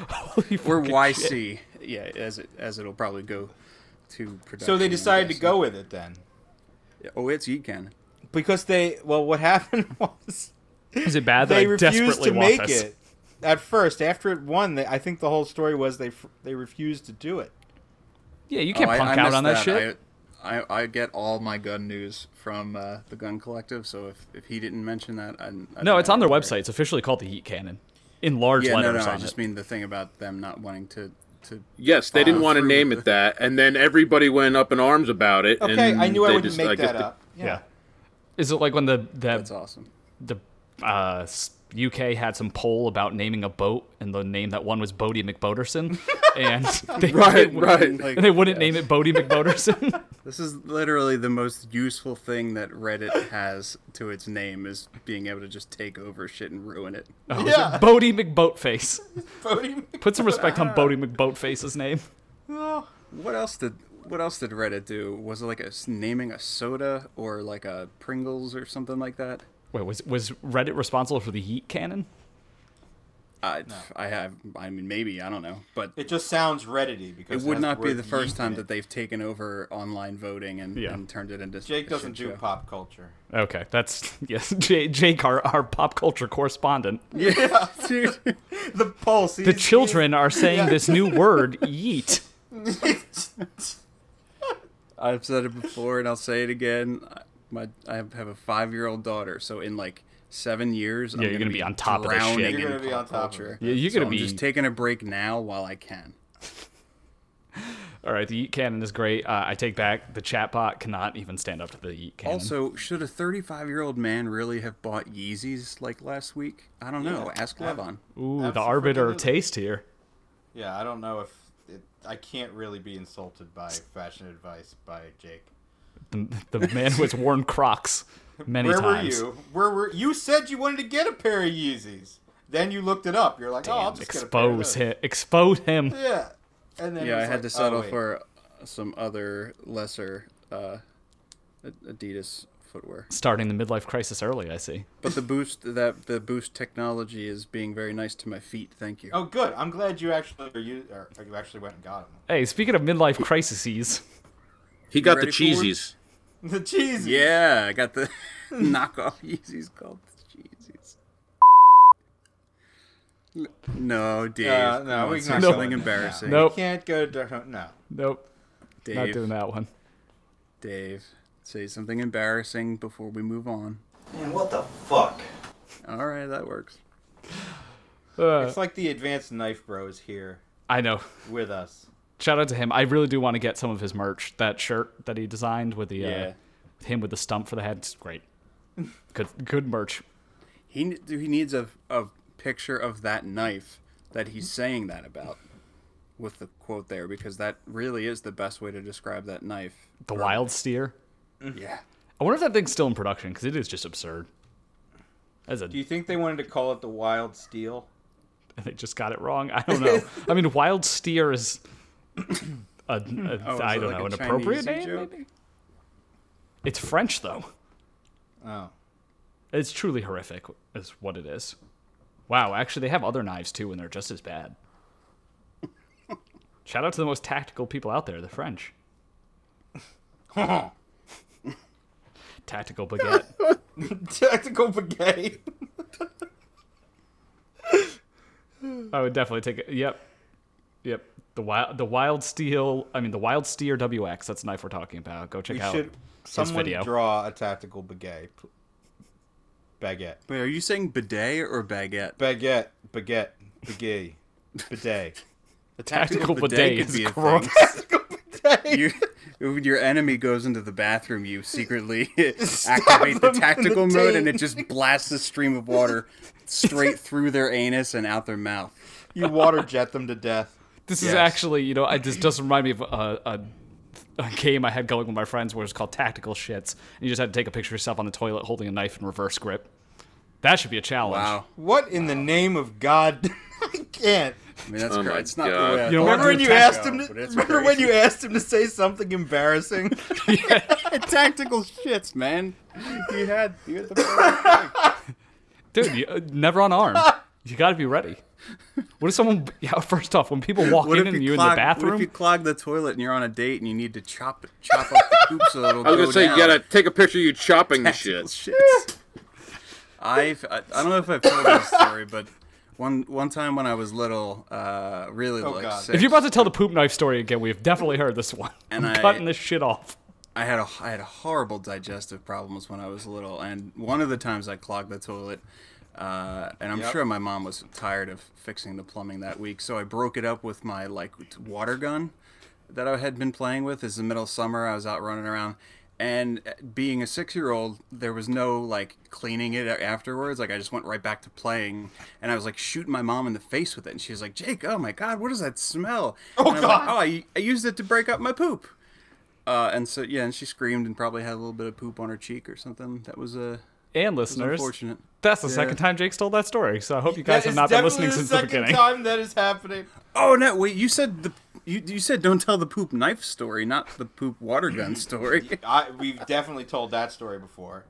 Holy Or fucking YC, shit. yeah, as it as it'll probably go to production. So they I'm decided to guessing. go with it then, Oh, it's Yeet Cannon. because they well, what happened was Is it bad that they I refused desperately to want make this? it. At first, after it won, they, I think the whole story was they f- they refused to do it. Yeah, you can't Oh, I- punk I out missed on that, shit. I, I, I get all my gun news from uh, the Gun Collective, so if, if he didn't mention that, I, I don't no, it's know. on their website. It's officially called the Heat Cannon, in large Yeah, no, letters no, I on just it. mean the thing about them not wanting to to. Yes, they didn't Oh, Follow want to through name with it that, and then everybody went up in arms about it. Okay, and I knew I they wouldn't just- make that guess they- up. yeah. Is it like when the That's the, awesome. the uh, s- UK had some poll about naming a boat, and the name that one was Bodie McBoderson, and they, they Right, wou- right. Like, and they wouldn't yes. name it Bodie McBoderson. This is literally the most useful thing that Reddit has to its name is being able to just take over shit and ruin it. oh, Yeah. yeah. Bodie McBoatface. Bodie Mc- Put some respect on Bodie McBoatface's name. oh. What else did What else did Reddit do? Was it like a s- naming a soda or like a Pringles or something like that? Wait, was was Reddit responsible for the Heat Cannon? I, I have. I mean, maybe I don't know, but It just sounds reddity because it would has not be word the first yeet time in it. that they've taken over online voting and, Yeah. and turned it into. Jake a doesn't shit do show. pop culture. Okay, that's yes. J- Jake, our, our pop culture correspondent. Yeah, dude. The pulse. The children are saying Yeah. this new word, yeet. I've said it before, and I'll say it again. I- My I have have a five year old daughter, so in like seven years, I'm you're gonna be on top of this shit. drowning You're in gonna be pop on top of culture. it. Yeah, you're So gonna I'm be just taking a break now while I can. all right. The yeet cannon is great. Uh, I take back the chatbot cannot even stand up to the yeet cannon. Also, should a 35 year old man really have bought Yeezys like last week? I don't know. Ask Levon. Ooh, the absolutely arbiter of freaking- taste here. Yeah, I don't know if it, I can't really be insulted by fashion advice by Jake. The, the man who has worn Crocs many Where times. were you? Where were you? Said you wanted to get a pair of Yeezys. Then you looked it up. You're like, oh, I'll just Expose get him. Expose him. a pair of those. Yeah. And then it Yeah, I was had like, to settle oh, wait. for uh, some other lesser uh, A- Adidas footwear. Starting the midlife crisis early. I see. But the boost that the boost technology is being very nice to my feet. Thank you. Oh, good. I'm glad you actually or you, or you actually went and got Hey, speaking of midlife crises, He got the ready for it? cheesies. them. The cheese. Yeah, I got the knockoff Yeezys called the Yeezys. No, Dave. Uh, come no, on, we say can Nope. something embarrassing. Nope. You can't go to no. nope, Dave, not doing that one. Dave, say something embarrassing before we move on. Man, what the fuck? All right, that works. Uh, It's like the advanced knife bros here I know. with us. Shout out to him. I really do want to get some of his merch. That shirt that he designed with the uh, Yeah. with him with the stump for the head. It's great. Good good merch. He ne- he needs a a picture of that knife that he's saying that about with the quote there because that really is the best way to describe that knife. The wild steer. Yeah. I wonder if that thing's still in production because it is just absurd. As a, Do you think they wanted to call it the Wild Steel? they just got it wrong. I don't know. I mean, wild steer is. A, a, Oh, is I it don't like know a an appropriate Chinese name. joke? Maybe? It's French though. Oh. It's truly horrific, is what it is. Wow, actually, they have other knives too, and they're just as bad. Shout out to the most tactical people out there, the French. Tactical baguette. Tactical Brigade. I would definitely take it. Yep, yep. The wild, the wild steel. I mean, the wild steer WX. That's the knife we're talking about. Go check We out. should someone video. draw a tactical baguette. pl- Baguette. Wait, are you saying bidet or baguette? Baguette. Baguette. Baguette. Bidet. A Tactical bidet is a thing. gross. okay. You, when your enemy goes into the bathroom, you secretly activate them the in the tactical mode, and it teeth. just blasts a stream of water straight through their anus and out their mouth. you water jet them to death. This Yes. is actually, you know, I, this does remind me of a, a, a game I had going with my friends where it was called Tactical Shits. And you just had to take a picture of yourself on the toilet holding a knife in reverse grip. That should be a challenge. Wow, What in the name of God? I can't. I mean that's Oh my great. It's not God. the way I You know thought Remember what? it when would you go, asked him? To, but it's remember when crazy. you asked him to say something embarrassing? tactical shits, man? You had you had the Dude, you, uh, never on arm. You got to be ready. What if someone, yeah, first off, when people walk in and you're in the What if you bathroom, clog the toilet and you're on a date and you need to chop chop up the poop so it'll I was go gonna say down? you gotta take a picture of you chopping the shit. shits. I've I, I don't know if I've told this story, but one one time when I was little, uh, really like God. six, if you're about to tell the poop knife story again, we have definitely heard this one. And I'm I- cutting this shit off. I had a I had horrible digestive problems when I was little, and one of the times I clogged the toilet. Uh, and I'm Yep. sure my mom was tired of fixing the plumbing that week, so I broke it up with my like water gun that I had been playing with. It's the middle of summer. I was out running around, and uh, being a six year old, there was no like cleaning it afterwards. Like I just went right back to playing, and I was like shooting my mom in the face with it, and she was like, "Jake, oh my god, what does that smell?" Oh and I was like, God. oh, I, I used it to break up my poop. Uh, and so yeah, and she screamed and probably had a little bit of poop on her cheek or something. That was uh, And listeners, unfortunate. that's the Yeah. second time Jake's told that story, so I hope you guys That have is not been definitely listening since the second beginning. time that is happening. Oh no! Wait, you said the you, you said don't tell the poop knife story, not the poop water gun story. I, we've definitely told that story before.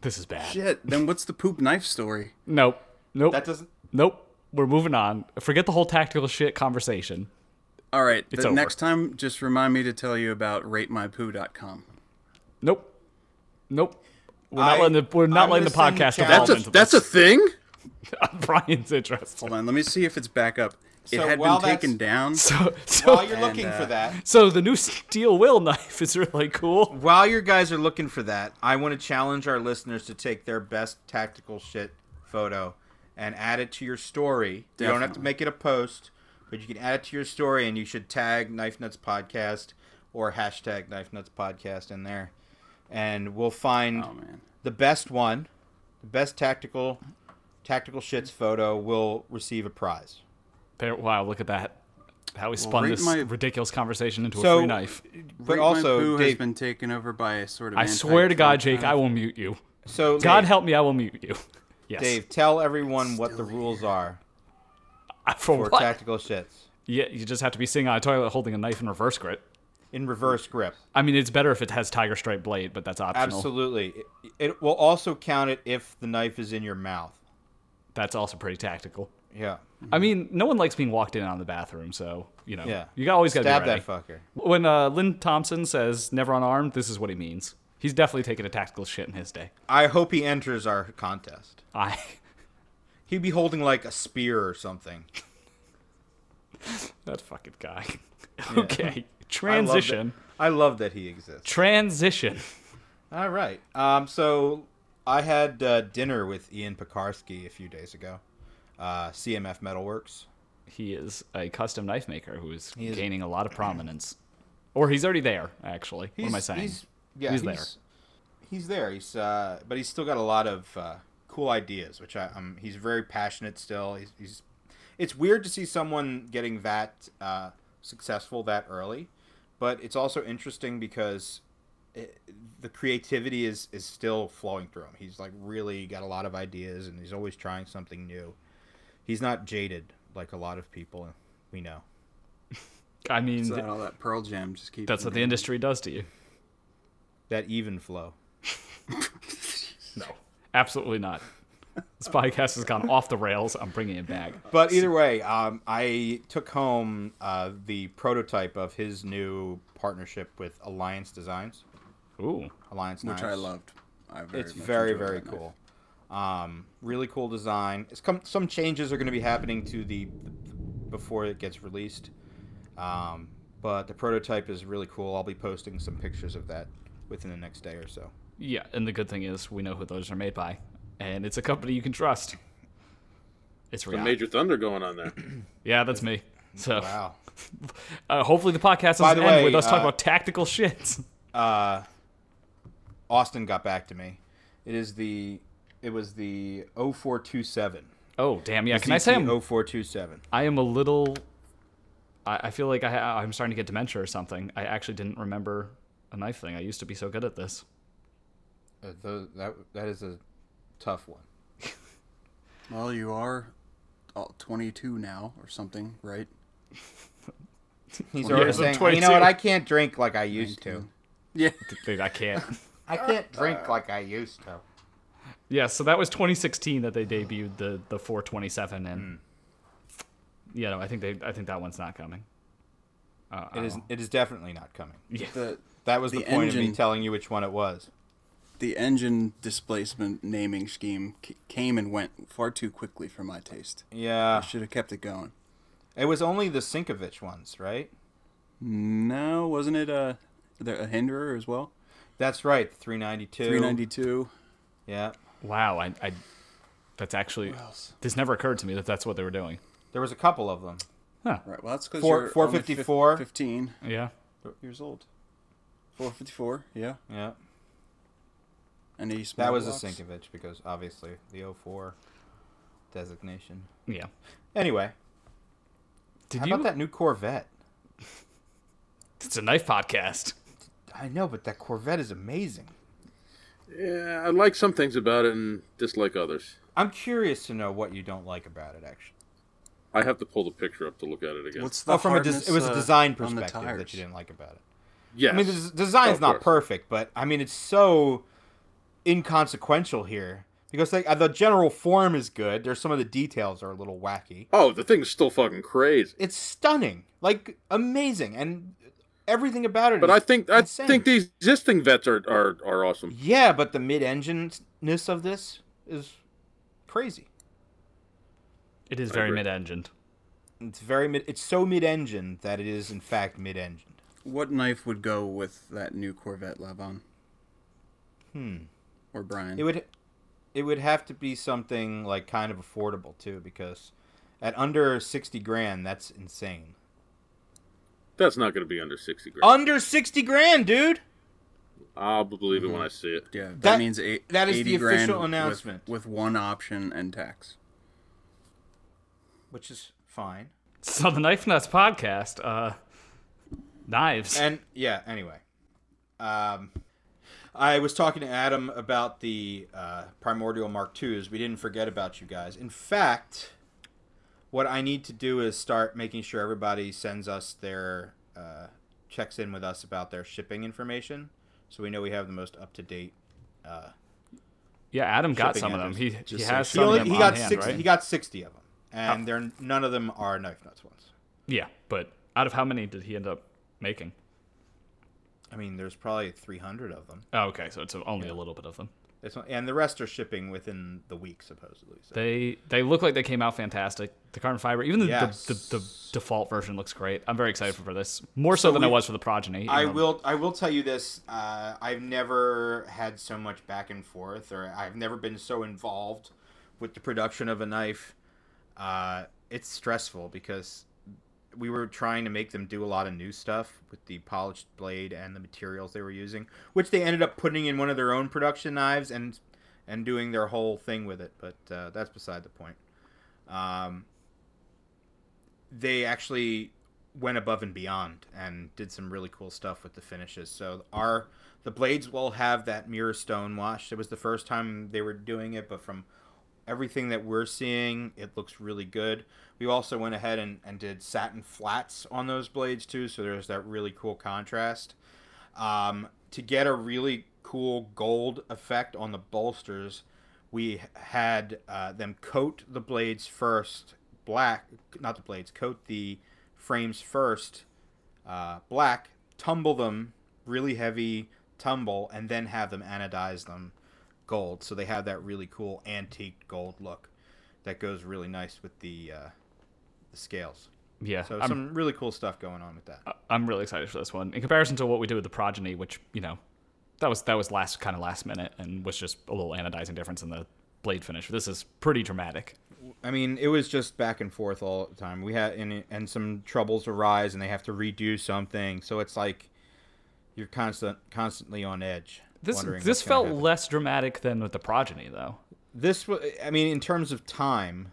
This is bad. Shit. Then what's the poop knife story? Nope. Nope. That doesn't. Nope. We're moving on. Forget the whole tactical shit conversation. All right. the over. next time, just remind me to tell you about ratemypoo.com. Nope. Nope. We're not I- letting the we're not I'm letting the gonna send podcast the evolve That's a into that's a this. thing. on Brian's interest. Hold on. Let me see if it's back up. It So had while been that's- taken down. So so, While you're looking uh, for that, so the new steel will knife is really cool. while your guys are looking for that, I want to challenge our listeners to take their best tactical shit photo and add it to your story. You don't have to Definitely. make it a post, but you can add it to your story, and you should tag Knife Nuts Podcast or hashtag Knife Nuts Podcast in there, and we'll find Oh man. the best one, the best tactical tactical shits photo will receive a prize. There, wow, look at that. How we spun rate this my- ridiculous conversation into a So- free knife. But Rate My also, Poo Dave, has been taken over by a sort of. I swear to God, anti-trope Jake, I will mute you. so God Dave, help me, I will mute you. Yes. Dave, tell everyone what the rules are For for what? tactical shits yeah, you just have to be sitting on a toilet holding a knife in reverse grip. in reverse grip. I mean, it's better if it has tiger stripe blade, but that's optional. Absolutely. It, it will also count it if the knife is in your mouth. That's also pretty tactical. Yeah. I mean, no one likes being walked in on the bathroom, so you know, Yeah. you got always got to Stab be ready. that fucker. When uh, Lynn Thompson says "never unarmed," this is what he means. He's definitely taking a tactical shit in his day. I hope he enters our contest. I He'd be holding like a spear or something. that fucking guy. Okay, transition. I love that he exists. Transition. All right. Um, so I had uh, dinner with Ian Pekarsky a few days ago. Uh, CMF Metalworks. He is a custom knife maker who is is- gaining a lot of prominence, or he's already there. Actually, what am I He's- saying? He's, yeah, He's he's, there. He's there. He's uh, but he's still got a lot of uh, cool ideas, which I, um, he's very passionate still. He's, he's it's weird to see someone getting that uh, successful that early, but it's also interesting because it, the creativity is is still flowing through him. He's like really got a lot of ideas, and he's always trying something new. He's not jaded like a lot of people we know. I mean, Is uh, that all that Pearl Jam just keeps. that's what the industry does to you. That even flow. No, absolutely not. This podcast has gone off the rails. I'm bringing it back. But either way, um, I took home uh, the prototype of his new partnership with Alliance Designs. Ooh. Alliance which I Knives. loved. I very It's much very enjoyed very that knife. cool. Um, really cool design. It's come, some changes are going to be happening to the before it gets released. Um, but the prototype is really cool. I'll be posting some pictures of that within the next day or so. Yeah, and the good thing is we know who those are made by, and it's a company you can trust. It's The real. major thunder going on there. yeah, that's me. So Wow. uh, hopefully the podcast By doesn't end the way, with us talking uh, about tactical shit. Austin got back to me. It is the it was the 0427. Oh damn! Yeah, can I say I'm, 0427? I am a little. I, I feel like I ha- I'm starting to get dementia or something. I actually didn't remember a knife thing. I used to be so good at this. Uh, tho- that that is a tough one. Well, you are uh, 22 now or something, right? He's already I'm saying, you know 22. what? I can't drink like I used to. Yeah. Dude, I can't. I can't drink like I used to. Yeah, so that was 2016 that they debuted the the 427, and Hmm. yeah, no, I think they I think that one's not coming. Uh, I It is it is definitely not coming. Yeah. The That was the, The point of me engine- telling you which one it was. the engine displacement naming scheme c- came and went far too quickly for my taste. Yeah, Should have kept it going. it was only the Sinkovich ones, right? No, wasn't it a there a hinderer as well? That's right, 392. 392. Yeah, wow, I, I that's actually this never occurred to me that that's what they were doing. there was a couple of them. Right. Well, that's because Four- you're 454. Only fif- 15 Yeah, years old. 454. Yeah. Yeah, And he that was a blocks. Sinkovich because obviously the 04 designation. yeah. Anyway, Did how you? about that new Corvette? It's a knife podcast. I know, but that Corvette is amazing. Yeah, I like some things about it and dislike others. I'm curious to know what you don't like about it. Actually, I have to pull the picture up to look at it again. What's the oh, from a hardness, des- it was uh, a design on the perspective that you tires? didn't like about it. yes. I mean, the des- design's Of not course. perfect, but I mean, it's so inconsequential here because like uh, the general form is good. There's some of the details are a little wacky. Oh, the thing's still fucking crazy. It's stunning, like amazing, and everything about it. But is I think I insane. think the existing vets are, are, are awesome. yeah, but the mid-engineness of this is crazy. It is very agree. mid-engined. It's very mid. It's so mid-engine that it is in fact mid-engined. What knife would go with that new Corvette, Levon? Hmm. Or Brian? It would it would have to be something like kind of affordable too, because at under sixty grand, that's insane. That's not going to be under sixty grand. Under sixty grand, dude. I'll believe Mm-hmm. it when I see it. yeah, that, that- means eight, that is the 80 grand official with- announcement. with, one option and tax. Which is fine. So the Knife Nuts podcast, uh, knives. And yeah, anyway. Um I was talking to Adam about the uh, primordial Mark IIs. We didn't forget about you guys. In fact, what I need to do is start making sure everybody sends us their uh, checks in with us about their shipping information, so we know we have the most up to date. yeah, Adam got shipping some of them. address. He he has He, some only, of them he on got hand, sixty. right? He got sixty of them, and they're none of them are knife nuts ones. yeah, but out of how many did he end up making? I mean, there's probably three hundred of them. Oh, okay, so it's only a little bit of them. It's not- and the rest are shipping within the week, supposedly. So. They they look like they came out fantastic. The carbon fiber, even the, Yes. the, the, the default version looks great. I'm very excited for this, more so, than I we- was for the progeny. Um, I even though- will. I will tell you this. Uh, I've never had so much back and forth, or I've never been so involved with the production of a knife. Uh, it's stressful because we were trying to make them do a lot of new stuff with the polished blade and the materials they were using, which they ended up putting in one of their own production knives and and doing their whole thing with it. But uh, that's beside the point. Um, they actually went above and beyond and did some really cool stuff with the finishes. So our the blades will have that mirror stone wash. It was the first time they were doing it, but from everything that we're seeing, it looks really good. We also went ahead and, and did satin flats on those blades too, so there's that really cool contrast. Um, to get a really cool gold effect on the bolsters, we had uh, them coat the blades first black, not the blades, coat the frames first uh, black, tumble them really heavy tumble, and then have them anodize them gold. So they have that really cool antique gold look that goes really nice with the, uh, the scales. yeah, So I'm, some really cool stuff going on with that. I'm really excited for this one in comparison to what we did with the progeny, which you know, that was that was last kind of last minute and was just a little anodizing difference in the blade finish. This is pretty dramatic. I mean, it was just back and forth all the time. We had and and some troubles arise, and they have to redo something. So it's like you're constant constantly on edge. This wondering this what's gonna felt happen. less dramatic than with the progeny, though. this. wa- I mean, in terms of time,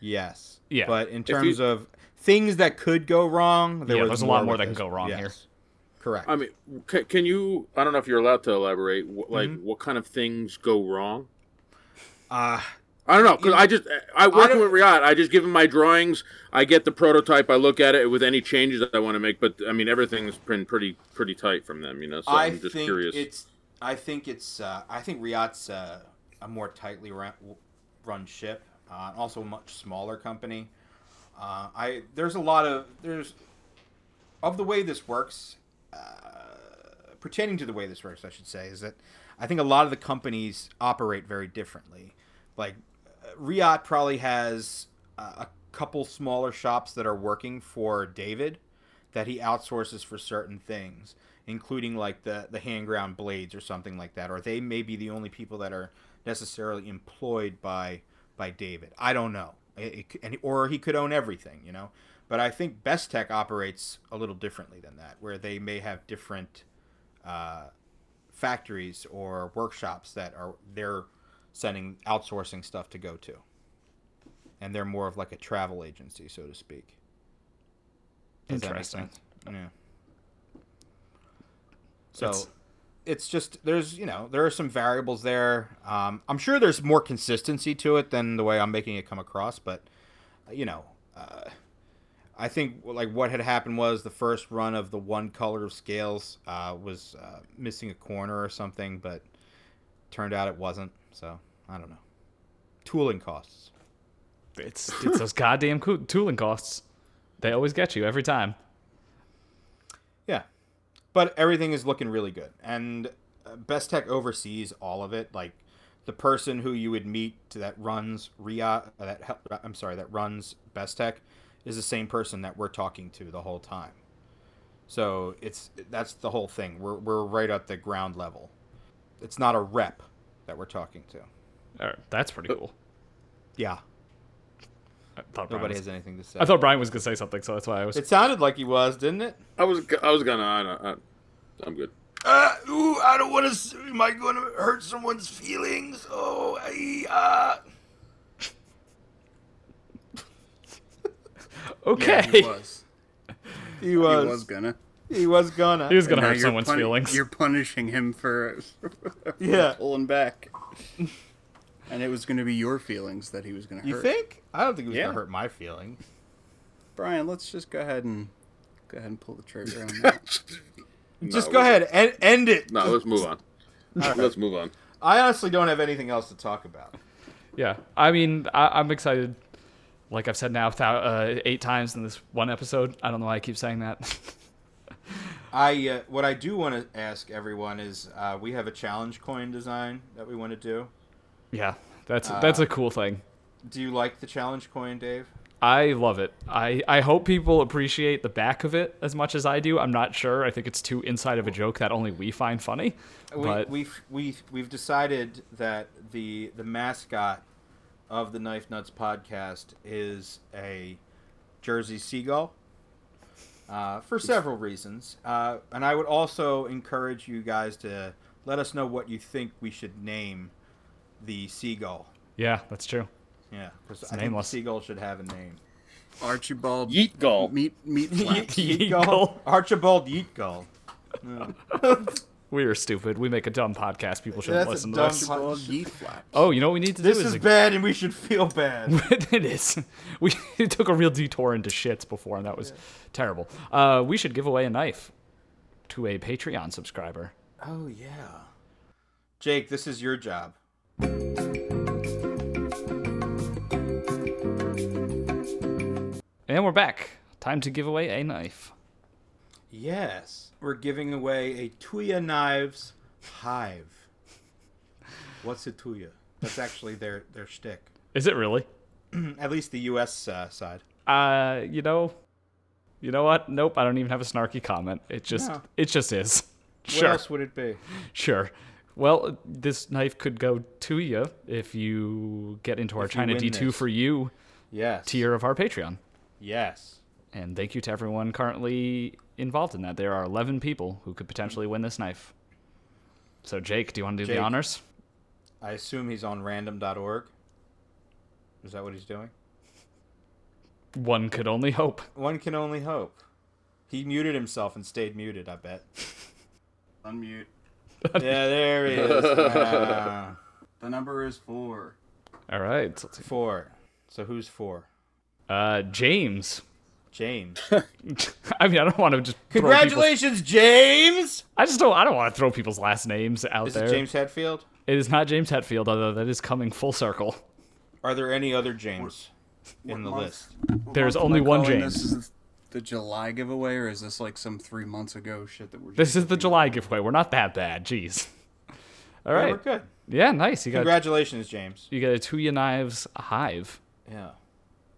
yes. Yeah. But in you- terms of things that could go wrong, there Yeah, was there's a lot more with that can this. go wrong yes. here. Correct. I mean, can, can you? I don't know if you're allowed to elaborate. Wh- like, Mm-hmm. what kind of things go wrong? uh, I don't know because I just I work don't- with Riyadh. I just give him my drawings. I get the prototype. I look at it with any changes that I want to make. But I mean, everything's been pretty pretty tight from them, you know. So I I am just think curious. it's. I think it's. Uh, I think Riot's uh, a more tightly run, run ship, uh, and also a much smaller company. Uh, I there's a lot of there's of the way this works. Uh, pertaining to the way this works, I should say, is that I think a lot of the companies operate very differently. Like uh, Riot probably has uh, a couple smaller shops that are working for David that he outsources for certain things, including like the the hand ground blades or something like that. Or they may be the only people that are necessarily employed by by David. I don't know. It- it c- and or he could own everything, you know. But I think Best Tech operates a little differently than that, where they may have different uh, factories or workshops that are they're sending outsourcing stuff to go to, and they're more of like a travel agency, so to speak. Does that make Interesting. sense? Yeah. So It's- it's just there's you know there are some variables there. Um, I'm sure there's more consistency to it than the way I'm making it come across, but you know, uh, I think like what had happened was the first run of the one color of scales uh, was uh, missing a corner or something, but turned out it wasn't. So I don't know. Tooling costs. It's it's those goddamn coo- tooling costs. They always get you every time. Yeah, but everything is looking really good, and uh, Best Tech oversees all of it. Like the person who you would meet that runs Ria, uh, that hel- I'm sorry, that runs Best Tech, is the same person that we're talking to the whole time. So it's that's the whole thing. We're we're right at the ground level. It's not a rep that we're talking to. All right, Er, that's Uh, pretty cool. Yeah, I thought Brian nobody was- has anything to say. I thought Brian was gonna say something, so that's why I was. it sounded like he was, didn't it? I was g- I was gonna. I don't, I, I'm good. Uh, ooh, I don't want to. Am I going to hurt someone's feelings? Oh, I, uh. Yeah, okay. he was. He He was. was gonna. He was gonna. He was And gonna now hurt you're someone's puni- feelings. You're punishing him for Yeah. pulling back. and it was going to be your feelings that he was going to You hurt. think? I don't think he was Yeah. gonna hurt my feelings. Brian, let's just go ahead and go ahead and pull the trigger on that. Just No, go we- ahead and end it. No, let's move on. Let's move on. I honestly don't have anything else to talk about. Yeah, I mean, I, I'm excited. Like I've said now thou- uh, eight times in this one episode. I don't know why I keep saying that. I uh, what I do want to ask everyone is uh, we have a challenge coin design that we want to do. yeah, that's Uh. that's a cool thing. Do you like the challenge coin, Dave? I love it. I, I hope people appreciate the back of it as much as I do. I'm not sure. I think it's too inside of a joke that only we find funny. we, but we've, we've, we've decided that the the mascot of the Knife Nuts podcast is a Jersey seagull uh, for several reasons. Uh, and I would also encourage you guys to let us know what you think we should name the seagull. yeah, that's true. Yeah, because I think the nameless. seagull should have a name. Archibald Yeet goal. meat meat flaps. Yeagull? Archibald Yeatgull. We are stupid. We make a dumb podcast. People shouldn't That's a listen to dumb this. po- Archibald yeet flaps. oh, you know what we need to This do is, is bad, and we should feel bad. it is. We took a real detour into shits before, and that was terrible. Uh, we should give away a knife to a Patreon subscriber. Oh yeah. Jake, this is your job. And we're back. Time to give away a knife. Yes. We're giving away a Tuya Knives hive. What's a Tuya? That's actually their their shtick. Is it really? At least the U.S. Uh, side. Uh, you know, you know what? Nope, I don't even have a snarky comment. It just, No. it just is. What sure, else would it be? sure. Well, this knife could go to you if you get into our If you China win D2 this. for you Yes. tier of our Patreon. Yes. And thank you to everyone currently involved in that. There are 11 people who could potentially win this knife. So, Jake, do you want to do Jake. the honors? I assume he's on random.org. Is that what he's doing? One could only hope. One can only hope. He muted himself and stayed muted, I bet. Unmute. yeah, there he is. Ah, The number is four. All right. let's see. four. So who's four? Uh, James. James. I mean, I don't want to just. throw people's- Congratulations, James! I just don't. I don't want to throw people's last names out Is there. it James Hetfield? It is not James Hetfield, although that is coming full circle. Are there any other James in the month? list? What There's month am only I one calling James. This is the July giveaway, or is this like some three months ago shit that we're? This is the July giveaway. We're not that bad. Jeez. All Yeah, right. we're good. Yeah, nice. You got Congratulations, James. you got a Tuya knives hive, Yeah.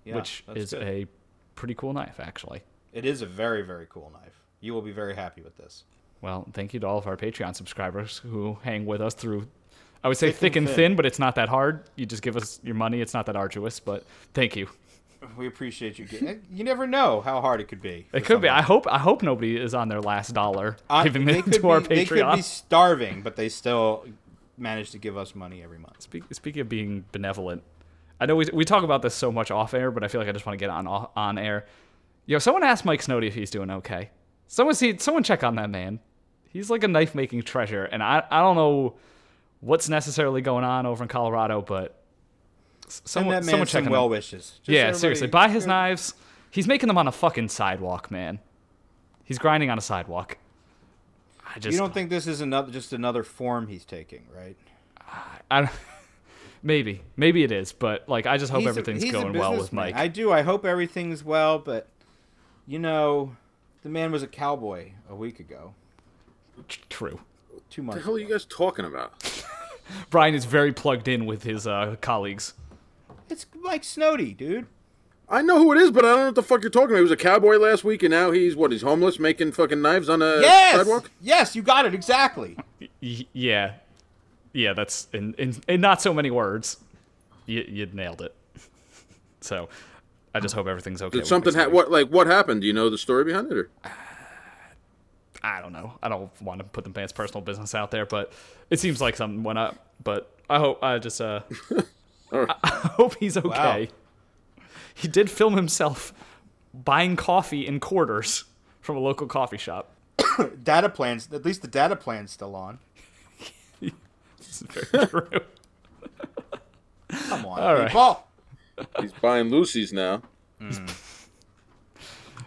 Yeah, which that's is good. a pretty cool knife, actually. It is a very, very cool knife. You will be very happy with this. Well, thank you to all of our Patreon subscribers who hang with us through. I would say thick, and and thin. thin. but it's not that hard. You just give us your money. It's not that arduous, but thank you. We appreciate you. Getting, you never know how hard it could be. It could be. I hope. I hope nobody is on their last dollar I- giving they it could to our be- They could be Patreon. starving, but they still manage to give us money every month. Speak, speaking of being benevolent, I know we, we talk about this so much off air, but I feel like I just want to get on off- on air. Yo, someone asked Mike Snowdy if he's doing okay. Someone see, someone check on that man. He's like a knife making treasure, and I I don't know what's necessarily going on over in Colorado, but s- Send someone that man someone check some on well him. wishes. Just Yeah, everybody- seriously, buy his knives. He's making them on a fucking sidewalk, man. He's grinding on a sidewalk. I just You don't think this is another just another form he's taking, right? I don't- maybe maybe it is, but like I just hope He's a- everything's he's a going well with businessman. Mike. I do. I hope everything's well, but you know, the man was a cowboy a week ago, Tr- True. two What the months. hell are ago. you guys talking about? Brian is very plugged in with his uh, colleagues. It's Mike Snowdy, dude. I know who it is, but I don't know what the fuck you're talking about. He was a cowboy last week, and now he's what? He's homeless, making fucking knives on a Yes, sidewalk. yes, you got it exactly. Y- yeah, yeah. That's in, in in not so many words. You you nailed it. So, I just hope everything's okay. Did with something? Ha- Mike's life. what? Like what happened? Do you know the story behind it? Or? I don't know. I don't want to put the man's personal business out there, but it seems like something went up. But I hope I just uh, All right. I hope he's okay. He did film himself buying coffee in quarters from a local coffee shop. Data plans, at least the data plan's still on. This is very true. Come on, All right. people. He's buying Lucy's now. All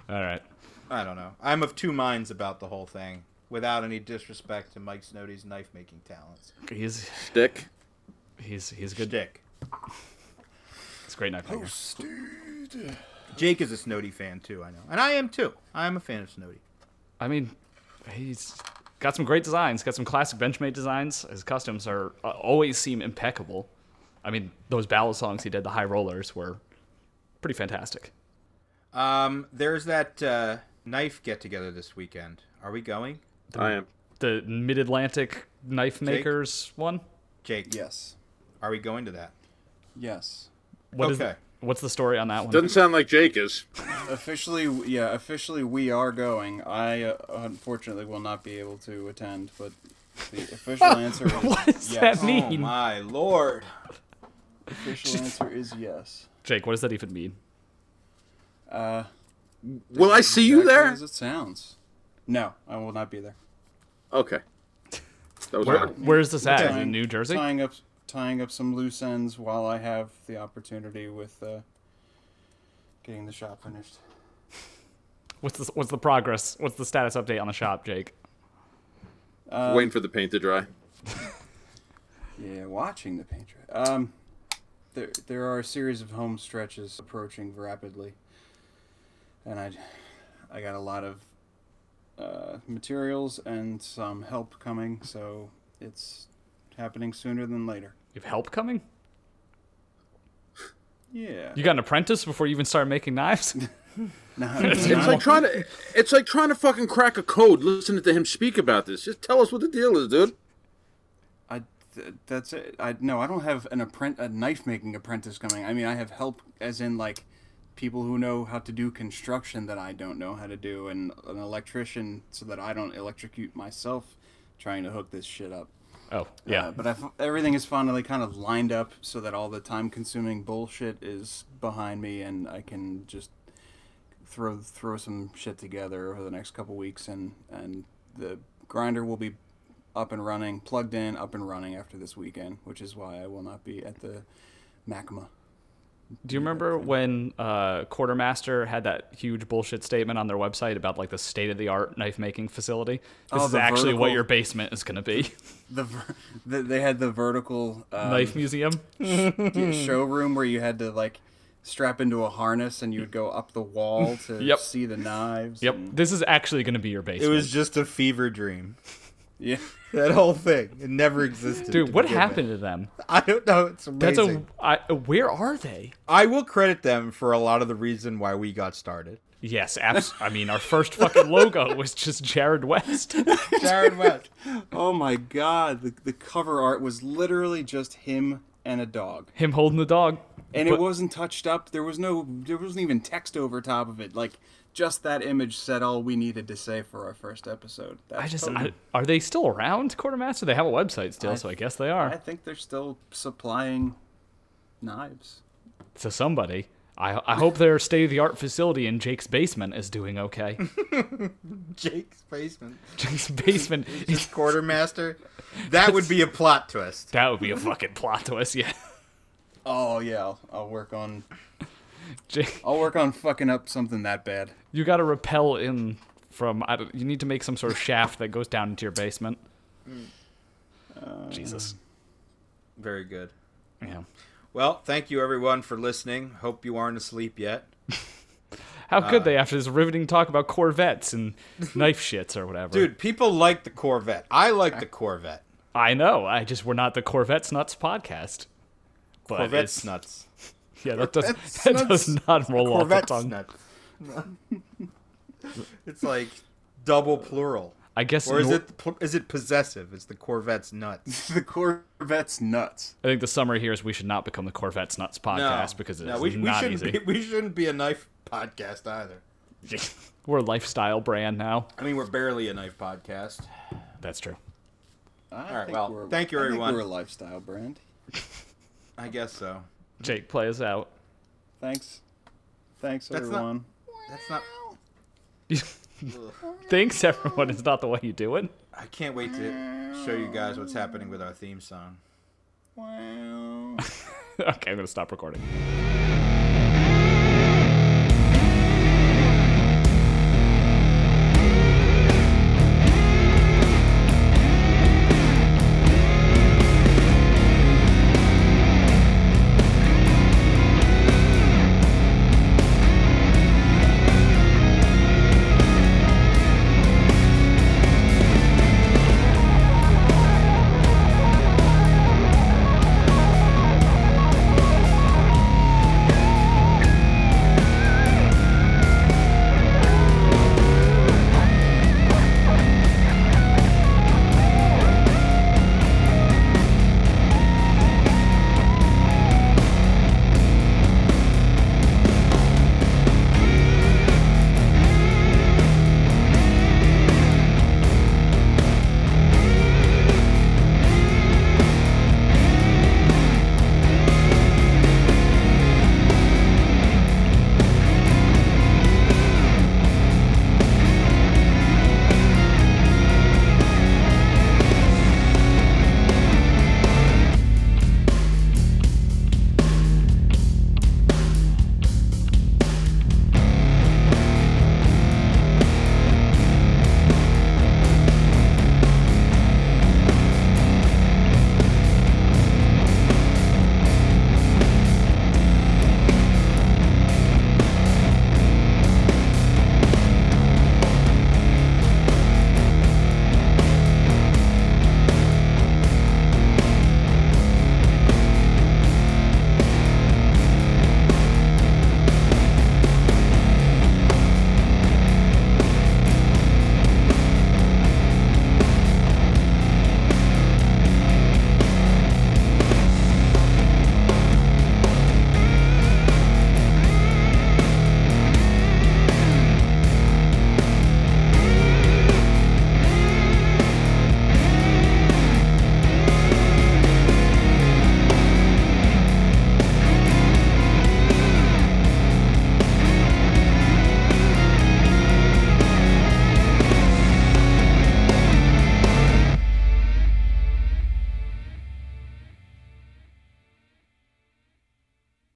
right. I don't know. I'm of two minds about the whole thing. Without any disrespect to Mike Snowdy's knife making talents, He's Dick. he's he's a good. Dick. It's a great night. Finger. Jake is a Snowdy fan too. I know, and I am too. I am a fan of Snowdy. I mean, he's got some great designs. Got some classic Benchmade designs. His customs are uh, always seem impeccable. I mean, those ballad songs he did, the High Rollers, were pretty fantastic. Um, there's that uh, knife get together this weekend. Are we going, I am. The Mid Atlantic Knife Makers one. Jake? Yes. Are we going to that? Yes. What is- Okay. what's the story on that one? Doesn't sound like Jake is. Officially, yeah. Officially, we are going. I uh, unfortunately will not be able to attend, but the official answer is What does yes. that mean? Oh my lord! Official answer is yes. Jake, what does that even mean? Uh, Will I see you exactly there? As it sounds. No, I will not be there. Okay. That was Where, hard. where is this at? Is it Tying- In New Jersey? Tying up, tying up some loose ends while I have the opportunity with uh, getting the shop finished. What's the, what's the progress? What's the status update on the shop, Jake? Uh, Waiting for the paint to dry. Yeah, watching the paint dry. Um, there there are a series of home stretches approaching rapidly, and I, I got a lot of uh, materials and some help coming, so it's happening sooner than later. You have help coming? Yeah. You got an apprentice before you even start making knives? No, It's like trying to. It's like trying to fucking crack a code. Listening to him speak about this. Just tell us what the deal is, dude. Th- that's it. I no, I don't have an apprent a knife making apprentice coming. I mean, I have help, as in like people who know how to do construction that I don't know how to do, and an electrician so that I don't electrocute myself trying to hook this shit up. Oh, yeah. Uh, but I f- everything is finally kind of lined up so that all the time consuming bullshit is behind me, and I can just throw throw some shit together over the next couple weeks, and and the grinder will be up and running, plugged in, up and running after this weekend, which is why I will not be at the Macma. Do you remember when uh, Quartermaster had that huge bullshit statement on their website about like the state of the art knife making facility? This Oh, is the actually what vertical- your basement is going to be. The, ver- the they had the vertical um, Knife museum. the showroom where you had to like strap into a harness and you would go up the wall to Yep. see the knives. Yep. and- This is actually going to be your It basement. was just a fever dream. yeah. That whole thing. It never existed. Dude, to what begin happened to them? with. I don't know. It's That's amazing. a. I, where are they? I will credit them for a lot of the reason why we got started. Yes, abs- I mean, our first fucking logo was just Jared West. Jared West. Oh my god, the, the cover art was literally just him and a dog. Him holding the dog. And But- it wasn't touched up. There was no there wasn't even text over top of it. Like just that image said all we needed to say for our first episode. That's I just. totally- I, are they still around, Quartermaster? They have a website still, so I guess they are. I think they're still supplying knives. So somebody. I, I hope their state of the art facility in Jake's basement is doing okay. Jake's basement. Jake's basement. His quartermaster. That would be a plot twist. That would be a fucking plot twist, yeah. Oh yeah, I'll, I'll work on Jake, I'll work on fucking up something that bad. you got to rappel in from. I don't, you need to make some sort of shaft that goes down into your basement. Mm. Jesus. Very good. Um, Yeah. Well, thank you everyone for listening. Hope you aren't asleep yet. How could uh, they after this riveting talk about Corvettes and knife shits or whatever? Dude, people like the Corvette. I like the Corvette. I know. I just we're not the Corvettes Nuts podcast. But Corvette's it's- nuts. Yeah, that does Corvettes that does Nuts. not roll off the Corvette's tongue. nuts. it's like double plural. I guess. Or is nor- it pl- is it possessive? It's the Corvette's nuts. The Corvette's nuts. I think the summary here is we should not become the Corvettes Nuts podcast because it's no, we, we not shouldn't be easy. we shouldn't be a knife podcast either. we're a lifestyle brand now. I mean, we're barely a knife podcast. That's true. I right, think well, we're- thank you, I think everyone. we're a lifestyle brand. I guess so. Jake, play us out. Thanks, thanks That's not- everyone. That's not. Thanks, everyone. Is not the way you do it. I can't wait to show you guys what's happening with our theme song. Wow. okay, I'm gonna stop recording. Wow.